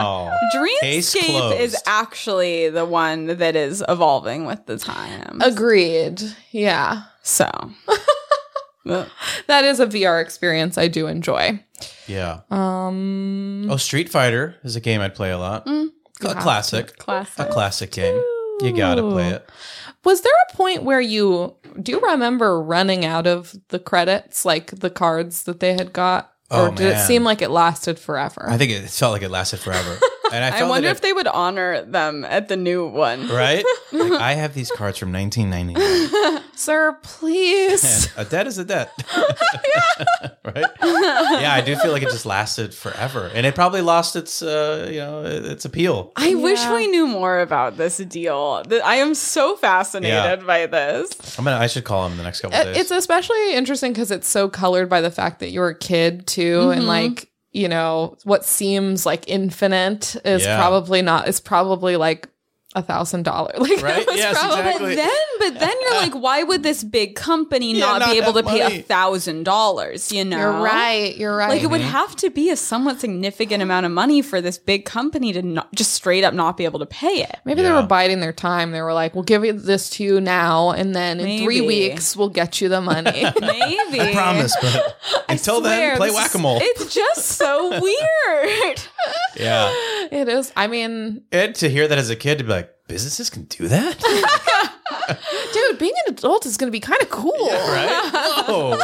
wow. Case Dreamscape is closed. actually the one that is evolving with the time. Agreed. Yeah. So. Uh, That is a VR experience I do enjoy. Yeah. Um Oh, Street Fighter is a game I'd play a lot. a classic, Classic. a classic game. You gotta play it. was there a point where you do you remember running out of the credits, like the cards that they had got? Oh, or did it man. seem like it lasted forever? I think it felt like it lasted forever. And I, I felt wonder that if they would honor them at the new one. right. Like, I have these cards from 1999, Sir, please. and a debt is a debt. right? Yeah, I do feel like it just lasted forever, and it probably lost its, uh, you know, its appeal. I wish we knew more about this deal. Th- I am so fascinated by this. I'm gonna. I should call him in the next couple It- days. Uh, it's especially interesting because it's so colored by the fact that you're a kid too, and like you know what seems like infinite is Yeah. probably not. It's probably like a thousand dollars. Like Right? it's Yes, probably- exactly. But then, but then you're like, why would this big company Yeah, not be not able have to pay money. thousand dollars? You know, You're right. You're right. Like it would Mm-hmm. have to be a somewhat significant amount of money for this big company to not just straight up not be able to pay it. Maybe Yeah. they were biding their time. They were like, "We'll give you this to you now, and then in three Maybe. weeks we'll get you the money." Maybe. I promise, but until then, swear, play this is- whack a mole. It's just so weird. Yeah, it is. I mean, and to hear that as a kid, to be like, businesses can do that, dude, being an adult is going to be kind of cool. right? Whoa.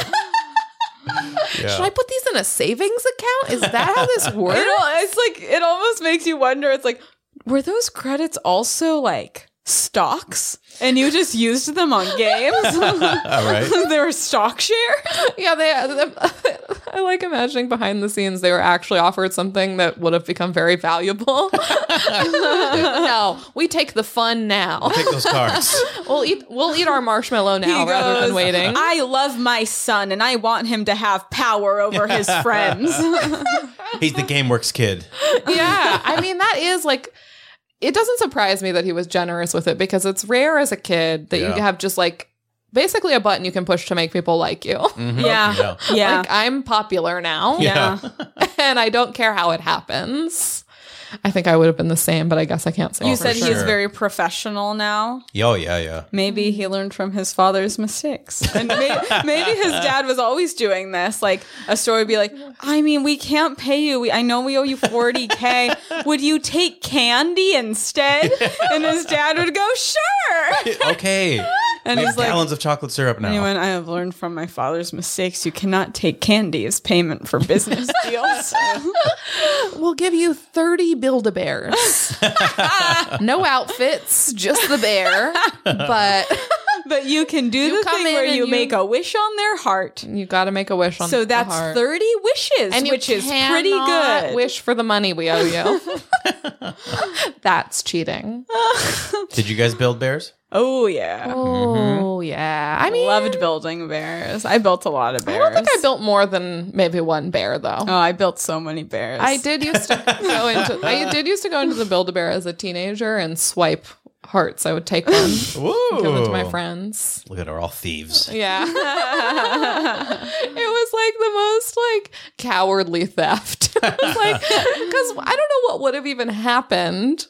Yeah. Should I put these in a savings account? Is that how this works? It al- it's like it almost makes you wonder. It's like, were those credits also like stocks, and you just used them on games? All right. they were stock shares. yeah, they. I like imagining behind the scenes they were actually offered something that would have become very valuable. no, we take the fun now. Take those cards. We'll eat. We'll eat our marshmallow now rather than waiting. I love my son, and I want him to have power over his friends. He's the GameWorks kid. yeah i mean that is like it doesn't surprise me that he was generous with it because it's rare as a kid that Yeah. you have just like basically a button you can push to make people like you yeah, Yeah. yeah. like i'm popular now Yeah. and i don't care how it happens i think i would have been the same but i guess i can't say you for said sure. he's Oh, sure. very professional now. Yeah, Oh yeah, yeah. Hmm. Maybe he learned from his father's mistakes. And may- maybe his dad was always doing this. Like a store would be like, I mean, we can't pay you. We, I know we owe you 40K. Would you take candy instead? And his dad would go, sure. Okay. And we he's have like, gallons of chocolate syrup now. anyone, I have learned from my father's mistakes. You cannot take candy as payment for business deals. we'll give you 30 build-a-bears no outfits just the bear but but you can do the come thing in where and you, you- make a wish on their heart. you gotta make a wish on So the that's heart. 30 wishes, and you which is pretty cannot good. Wish for the money we owe you. That's cheating. Mm-hmm. Did you guys build bears? Oh yeah. Oh yeah. I mean, Loved building bears. I built a lot of I bears. don't think I built more than maybe one bear though. Oh, I built so many bears. I did used to go into I did used to go into the Build a Bear as a teenager and swipe hearts. I would take one, and Ooh. give them to my friends. Look at her, all thieves. Yeah, it was like the most like cowardly theft. It was like because I don't know what would have even happened.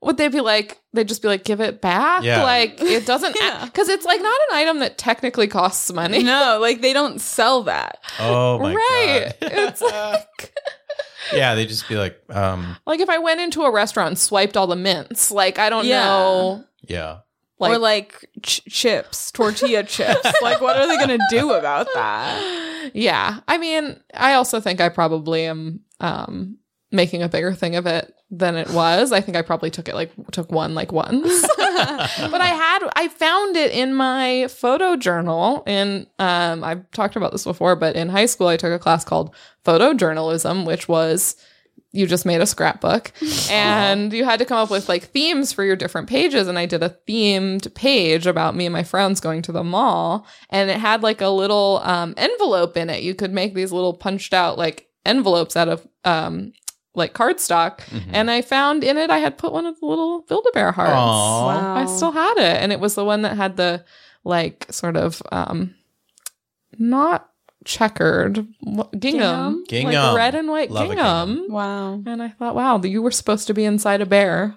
Would they be like? They'd just be like, give it back. Yeah. Like it doesn't Yeah. because it's like not an item that technically costs money. No, like they don't sell that. Oh my right? god. It's like. Yeah, they just be like, um, Like if I went into a restaurant and swiped all the mints, like I don't Yeah. know. yeah. Like, or like ch- chips, tortilla chips. Like, what are they going to do about that? yeah. I mean, I also think I probably am um making a bigger thing of it than it was. I think I probably took it like took one like once. but I had I found it in my photo journal in um I've talked about this before, but in high school I took a class called photojournalism, which was you just made a scrapbook and you had to come up with like themes for your different pages and I did a themed page about me and my friends going to the mall and it had like a little um envelope in it. You could make these little punched out like envelopes out of um like cardstock Mhm. and I found in it I had put one of the little Build-A-Bear hearts. Aw. Wow. I still had it, and it was the one that had the like sort of um not checkered wha- gingham, Gingham? Gingham. like red and white Love a gingham. Wow. And I thought, wow, you were supposed to be inside a bear.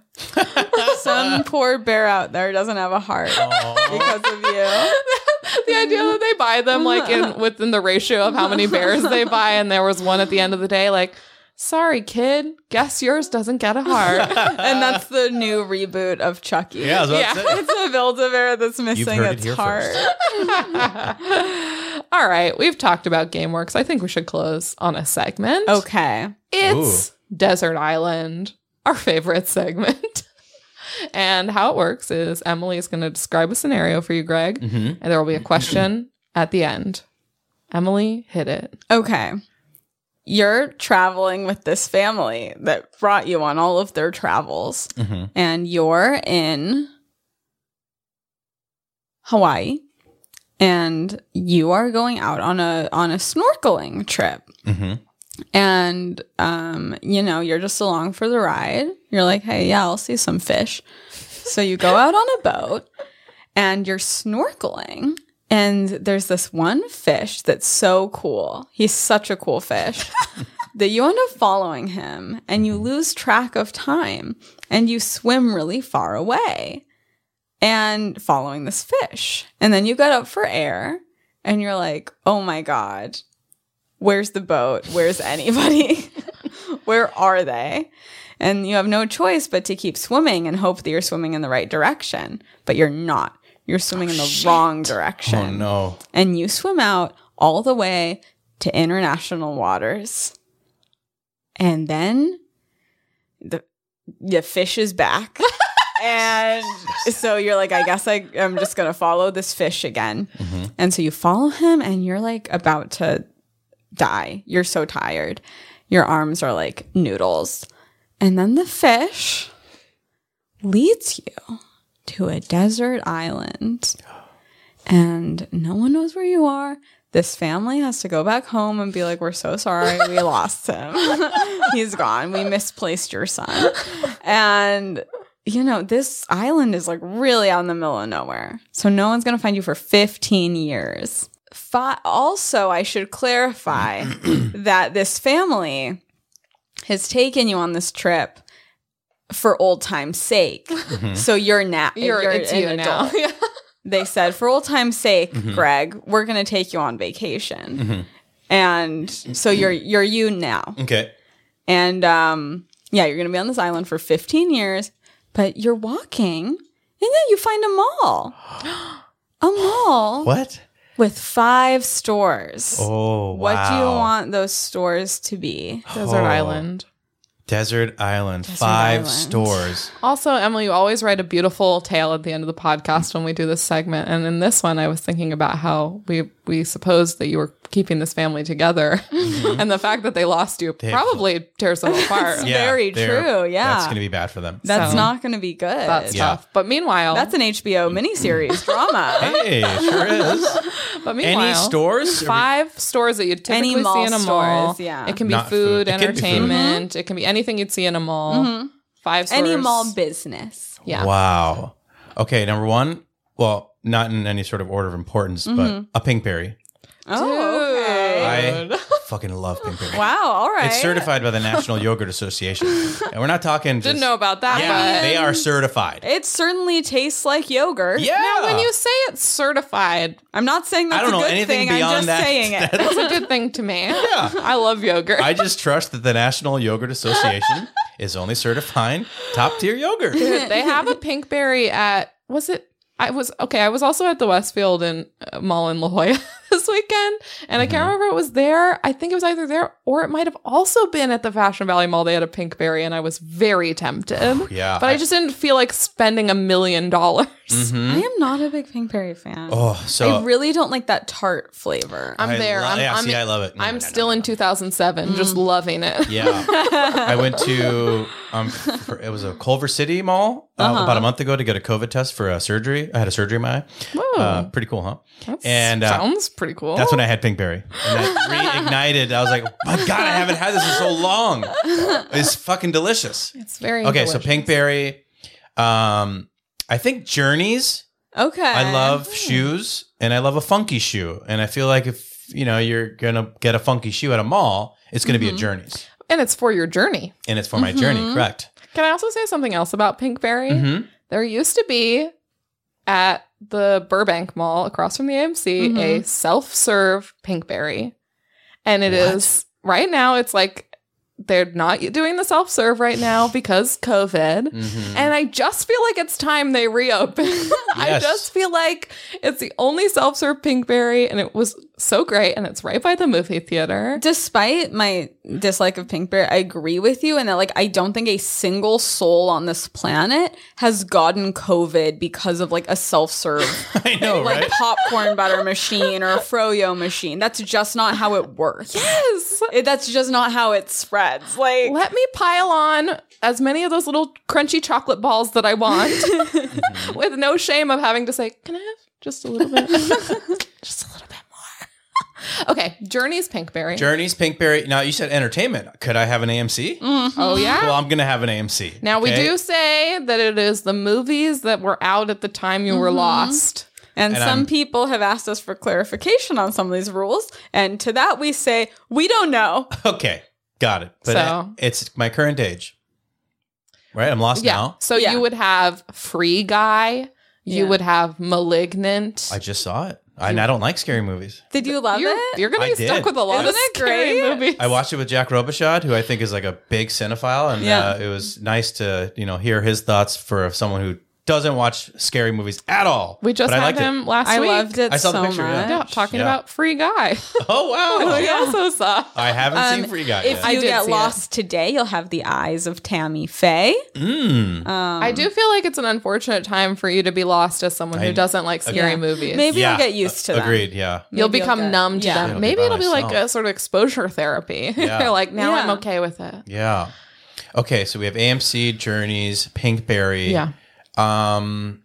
Some poor bear out there doesn't have a heart Aw. because of you. the idea that they buy them like in within the ratio of how many bears they buy, and there was one at the end of the day, like, sorry, kid, guess yours doesn't get a heart. And that's the new reboot of Chucky. yeah, I was about Yeah. to say. It's a Build-A-Bear that's missing heard it its here heart. first. All right, we've talked about GameWorks. I think we should close on a segment. Okay. It's Desert Island, our favorite segment. and how it works is Emily is going to describe a scenario for you, Greg, Mhm. and there will be a question at the end. Emily, hit it. Okay. You're traveling with this family that brought you on all of their travels, Mhm. and you're in Hawaii, and you are going out on a on a snorkeling trip, Mhm. and um, you know you're just along for the ride. You're like, hey, yeah, I'll see some fish. So you go out on a boat, and you're snorkeling. And there's this one fish that's so cool. He's such a cool fish that you end up following him and you lose track of time and you swim really far away and following this fish. And then you get up for air and you're like, oh my God, where's the boat? Where's anybody? Where are they? And you have no choice but to keep swimming and hope that you're swimming in the right direction, but you're not. You're swimming in the wrong direction Oh no. and you swim out all the way to international waters. And then the the fish is back. and so you're like, I guess I, I'm just gonna follow this fish again. Mm-hmm. And so you follow him and you're like about to die. You're so tired. Your arms are like noodles. And then the fish leads you to a desert island and no one knows where you are. This family has to go back home and be like, We're so sorry, we lost him. He's gone. We misplaced your son. And you know, this island is like really out in the middle of nowhere. So no one's gonna find you for 15 years. Fi- also, I should clarify that this family has taken you on this trip for old time's sake. So you're now You're, it's you now. they said, for old time's sake, Greg, we're going to take you on vacation. And so you're you're you now. Okay. And um, yeah, you're going to be on this island for 15 years, but you're walking and yeah, you find a mall. A mall What? with five stores. Oh, what do you wow. want those stores to be? Desert Oh. Island. Desert Island, five Island. stores. Also, Emily, you always write a beautiful tale at the end of the podcast when we do this segment. And in this one, I was thinking about how we we supposed that you were keeping this family together. Mm-hmm. and the fact that they lost you probably tears them apart. Yeah. very they're- true, yeah. That's going to be bad for them. That's So- not going to be good. That's That's, Yeah. tough. But meanwhile, an HBO miniseries drama. hey, it sure is. but meanwhile, Any stores? five stores that you'd Any typically see mall in a mall. stores, yeah. Mm-hmm. It can be Not food, food. It can be food. entertainment. It can be anything you'd see in a mall. Five stores. Any mall business. Yeah. Wow. Okay, number one. Well, not in any sort of order of importance, but a Pinkberry. Oh, okay. I fucking love Pinkberry. wow. All right. It's certified by the National Yogurt Association, and we're not talking. Just, Didn't know about that, Yeah, but they are certified. It certainly tastes like yogurt. Yeah. now when you say it's certified, I'm not saying that's I don't a know good anything thing. I'm beyond just that. saying it. it's a good thing to me. Yeah. I love yogurt. I just trust that the National Yogurt Association is only certifying top tier yogurt. Dude, they have a pink berry at was it I was okay. I was also at the Westfield in uh, Mall in La Jolla this weekend, and I can't Mm-hmm. remember if it was there. I think it was either there or it might have also been at the Fashion Valley Mall. They had a pink berry, and I was very tempted. Oh, yeah, Mm-hmm. but I, I- just didn't feel like spending a million dollars. I am not a big Pinkberry fan. Oh, so I really don't like that tart flavor. I'm I there. lo- I'm, yeah, I'm, see, I love it. No, I'm no, no, still no, in no. 2007, just loving it. Yeah, I went to um, for, it was a Culver City mall uh, Uh-huh. about a month ago to get a COVID test for a surgery. I had a surgery in my eye. Whoa. Uh, pretty cool, huh? That and, uh, sounds pretty cool. That's when I had pinkberry, and that reignited. I was like, my God, I haven't had this in so long. It's fucking delicious. it's very Okay, so delicious. pinkberry. Um, I think Journeys. okay. I love Um, shoes, and I love a funky shoe, and I feel like if you know you're gonna get a funky shoe at a mall, it's gonna Mm-hmm. be a Journeys, and it's for your journey. and it's for my journey. Mm-hmm. Correct. Can I also say something else about Pinkberry? hmm There used to be at the Burbank Mall across from the AMC Mhm. a self-serve Pinkberry. And it is right now it's like they're not doing the self-serve right now because COVID. hmm And I just feel like it's time they reopen. I Yes. just feel like it's the only self-serve Pinkberry and it was so great and it's right by the movie theater. Despite my dislike of Pinkberry, I agree with you in that like I don't think a single soul on this planet has gotten COVID because of like a self-serve I know, like right? popcorn butter machine or a froyo machine. That's just not how it works. Yes. It- that's just not how it spreads. Like Let me pile on as many of those little crunchy chocolate balls that I want with no shame of having to say, Can I have just a little bit? just a little bit more. okay, Journey's Pinkberry. Journeys, Pinkberry. Now you said entertainment. Could I have an AMC? oh, yeah. Well, I'm gonna have an AMC. now, we okay? do say that it is the movies that were out at the time you were lost. and, And some I'm- people have asked us for clarification on some of these rules, and to that we say, we don't know. Okay, got it. But So- it- it's my current age, right? I'm lost Yeah. now. So Yeah. you would have Free Guy, Yeah. you would have Malignant. I just saw it, I, and I don't like scary movies. Did you love you're, it? you're gonna I be did. stuck with a lot of Isn't it scary great? movies. I watched it with Jack Robichaud, who I think is like a big cinephile, and Yeah. uh, it was nice to you know hear his thoughts for someone who doesn't watch scary movies at all. we just But I had liked it. him last I week. loved it I saw so the picture, much. yeah. Yeah, talking Yeah. about Free Guy. Oh wow! we also saw. I haven't Um, seen Free Guy If yet. I you did get see it. lost today, you'll have the eyes of Tammy Faye. Mm. Um, I do feel like it's an unfortunate time for you to be lost as someone who I- doesn't like scary Yeah. movies. Maybe yeah, I'll get used to that. Agreed. Yeah. You'll maybe become I'll get- numb to yeah. them. It'll be Maybe by it'll be like myself. a sort of exposure therapy. Yeah. You're like, now I'm Yeah. okay with it. Yeah. Okay, so we have AMC, Journeys, Pinkberry. Yeah. Um,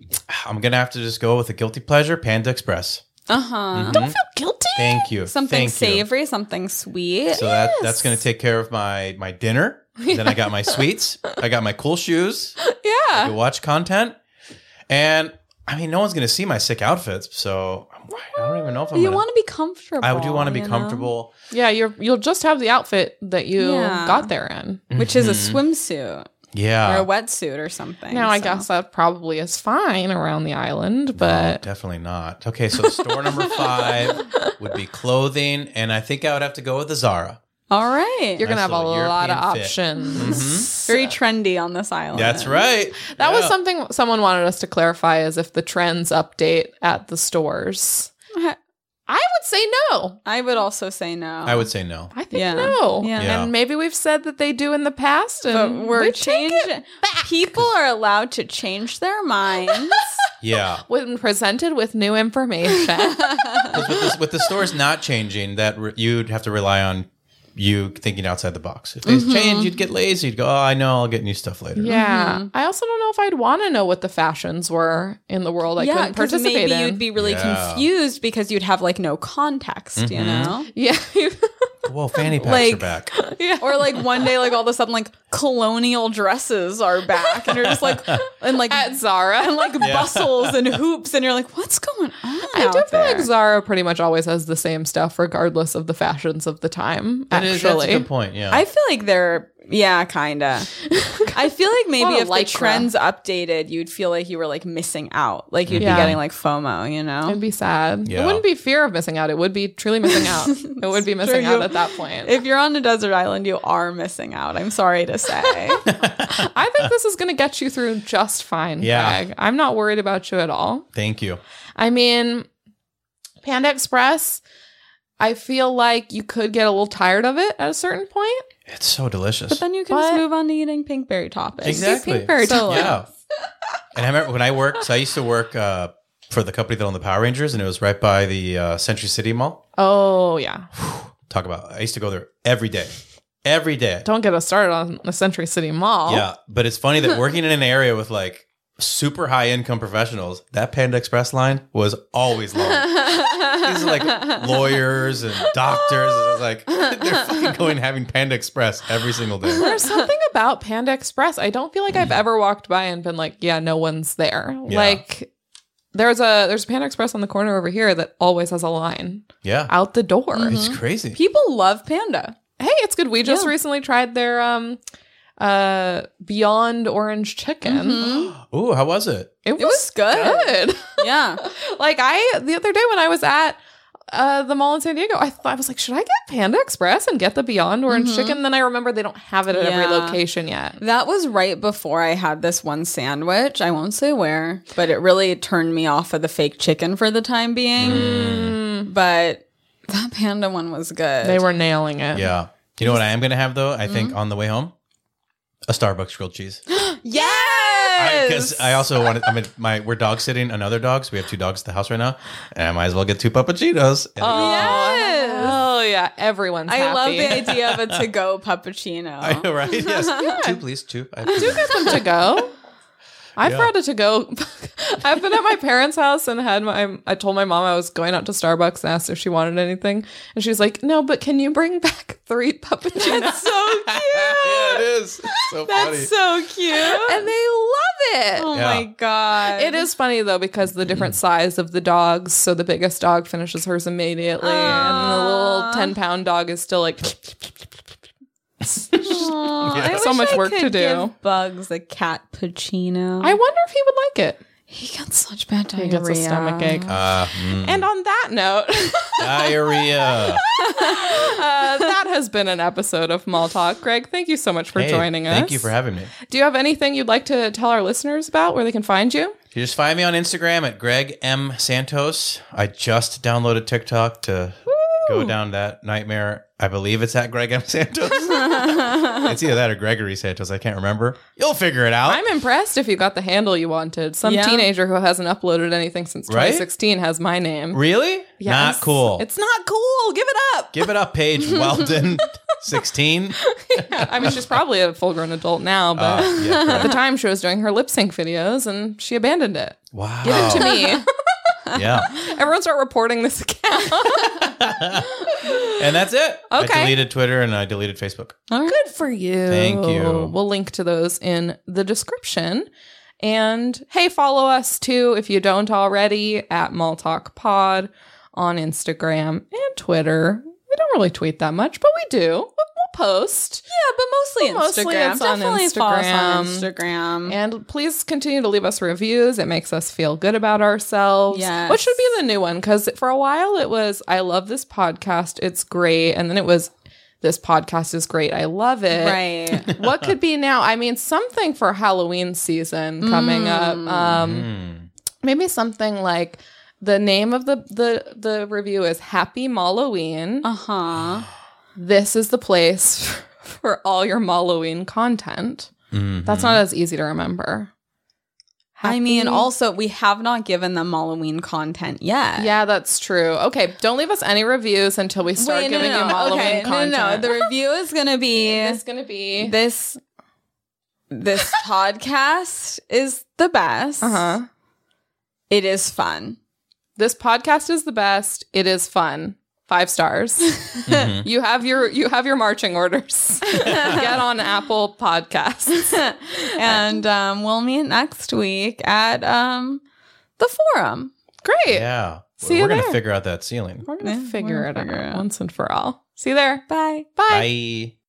I'm gonna have to just go with a guilty pleasure, Panda Express. Uh huh. I feel guilty. Thank you. Something Mm-hmm. Thank you. savory, something sweet. So that that's gonna take care of my my dinner. Then I got my sweets. I got my cool shoes. I Yeah. could watch content. And I mean, no one's gonna see my sick outfits, so I'm- I don't even know if I'm. you gonna- want to be comfortable. I do want to be you know? comfortable. Yeah, you're you'll just have the outfit that you Yeah. got there in. which is a swimsuit Mm-hmm. Yeah. or a wetsuit or something. Now I so. guess that probably is fine around the island, No, but definitely not. Okay, so store number five would be clothing, and I think I would have to go with the Zara. All right. you're gonna Nice have a little lot of European fit. options. very trendy on this island. That's right. That was Yeah. something someone wanted us to clarify is if the trends update at the stores. Okay. I would say no. I would also say no. I would say no. I think Yeah. no. Yeah. Yeah. And maybe we've said that they do in the past, but and we're we take it changing. back. People are allowed to change their minds. Yeah. when presented with new information. Mm-hmm. 'Cause with, this, with the stores not changing, that re- you'd have to rely on you thinking outside the box. If things change, you'd get lazy. You'd go, oh, I know, I'll get new stuff later. Mm-hmm. Yeah. I also don't know if I'd want to know what the fashions were in the world I couldn't participate maybe in. you'd be really Yeah. confused because you'd have like no context, you Mm-hmm. know. yeah. Whoa, fanny packs are Like- back. yeah. Or like one day, like all of a sudden, like colonial dresses are back, and you're just like, and like at Zara. and like Yeah. bustles and hoops, and you're like, what's going on? I do out feel there? like Zara pretty much always has the same stuff, regardless of the fashions of the time. That is, that's actually, a good point. Yeah. I feel like they're yeah, kinda. I feel like maybe What a if the lycra. trends updated, you'd feel like you were like missing out, like you'd Yeah. be getting like FOMO, you know. it'd be sad. Yeah. It wouldn't be fear of missing out. It would be truly missing out. it would be missing true. out at that point. if you're on a desert island, you are missing out. I'm sorry to say. I think this is going to get you through just fine. Yeah. Greg. I'm not worried about you at all. Thank you. I mean, Panda Express. I feel like you could get a little tired of it at a certain point. It's so delicious. then you can But- just move on to eating pinkberry toppings. Exactly. Pinkberry So, toppings. Yeah. and I remember when I worked, so I used to work uh, for the company that owned the Power Rangers, and it was right by the uh, Century City Mall. Oh yeah. Talk about, I used to go there every day. Every day. Don't get us started on the Century City Mall. Yeah. But it's funny that working in an area with like super high income professionals, that Panda Express line was always long. These are like lawyers and doctors. It's like they're fucking going having Panda Express every single day. There's something about Panda Express. I don't feel like I've ever walked by and been like, yeah, no one's there. Mm-hmm. Yeah. Like there's a there's a Panda Express on the corner over here that always has a line Yeah. out the door. It's crazy. People love panda. Hey, it's good. We just Yeah. recently tried their um uh Beyond Orange Chicken. Ooh, how was it? It, was Mm-hmm. was good. good. Yeah. like I the other day when I was at uh, the mall in San Diego. I thought I was like, should I get Panda Express and get the Beyond Orange Chicken? Then I remember they don't have it at every Mm-hmm. Yeah. location yet. That was right before I had this one sandwich. I won't say where, but it really turned me off of the fake chicken for the time being. Mm. But that panda one was good. They were nailing it. Yeah. You know what I am going to have though? I think on the way home, a Starbucks grilled cheese. yes. Because I, also wanted. I mean, my we're dog sitting another dog, so we have two dogs at the house right now, and I might as well get two puppuccinos. And Yes. Oh yeah, everyone's. I happy. love the idea of a to-go puppuccino. I know, right? Yes, two please, two. I- Do get them to go. I've Yeah. brought it to go. I've been at my parents' house and had my. I told my mom I was going out to Starbucks and asked if she wanted anything, and she's like, "No, but can you bring back three puppuccinos?" so yeah, it is. So funny. That's so cute. and they love it. oh Yeah. my god. It is funny though because the different Mm. size of the dogs. So the biggest dog finishes hers immediately, and the little ten pound dog is still like. Aw, Yeah. I So wish much I work could to do. give Bugs a cat puccino. I wonder if he would like it. he gets such bad diarrhea. He gets a stomach ache. Uh, mm, And on that note, diarrhea. uh, that has been an episode of Mall Talk. Greg, thank you so much for Hey, joining us. Thank you for having me. Do you have anything you'd like to tell our listeners about where they can find you? You just find me on Instagram at Greg M Santos. I just downloaded TikTok to go down that nightmare. I believe it's at Greg M Santos. it's either that or Gregory Santos. I can't remember. You'll figure it out. I'm impressed if you got the handle you wanted. Some Yeah. teenager who hasn't uploaded anything since Right? 2016 has my name. really? Yes. Not cool. It's not cool. Give it up. Give it up, Paige Weldon, sixteen. I mean, she's probably a full grown adult now, but Uh, yeah, at correct. the time she was doing her lip sync videos and she abandoned it. Wow. Give it to me. Yeah. Everyone start reporting this account. And that's it. Okay. I deleted Twitter and I deleted Facebook. Oh. Good for you. Thank you. We'll link to those in the description. And hey, follow us too if you don't already at Mall Talk Pod on Instagram and Twitter. We don't really tweet that much, but we do. We'll we'll post. Yeah, but mostly But mostly Instagram. it's on Definitely follow us on Instagram. Instagram. And please continue to leave us reviews. It makes us feel good about ourselves. Yes. What should be the new one? Because for a while it was, I love this podcast. It's great. And then it was, this podcast is great. I love it. right. what could be now? I mean, something Mm. for Halloween season coming up. Um, Hmm. maybe something like The name of the the the review is Happy Halloween. Uh huh. This is the place for all your Halloween content. Mhm. That's not as easy to remember. I mean, Happy- also we have not given them Halloween content yet. Yeah, that's true. Okay, don't leave us any reviews until we start Wait, no, giving no, you no. Halloween Okay, no, no, content. no. The review is gonna be it's gonna be this. This podcast is the best. uh-huh. It is fun. This podcast is the best. It is fun. Five stars. Mhm. you have your you have your marching orders. Get on Apple Podcasts. and um, we'll meet next week at um, the forum. Great. Yeah. See you We're going to there. figure out that ceiling. We're gonna Yeah, figure we'll it figure it out out. once and for all. See you there. Bye. Bye. Bye.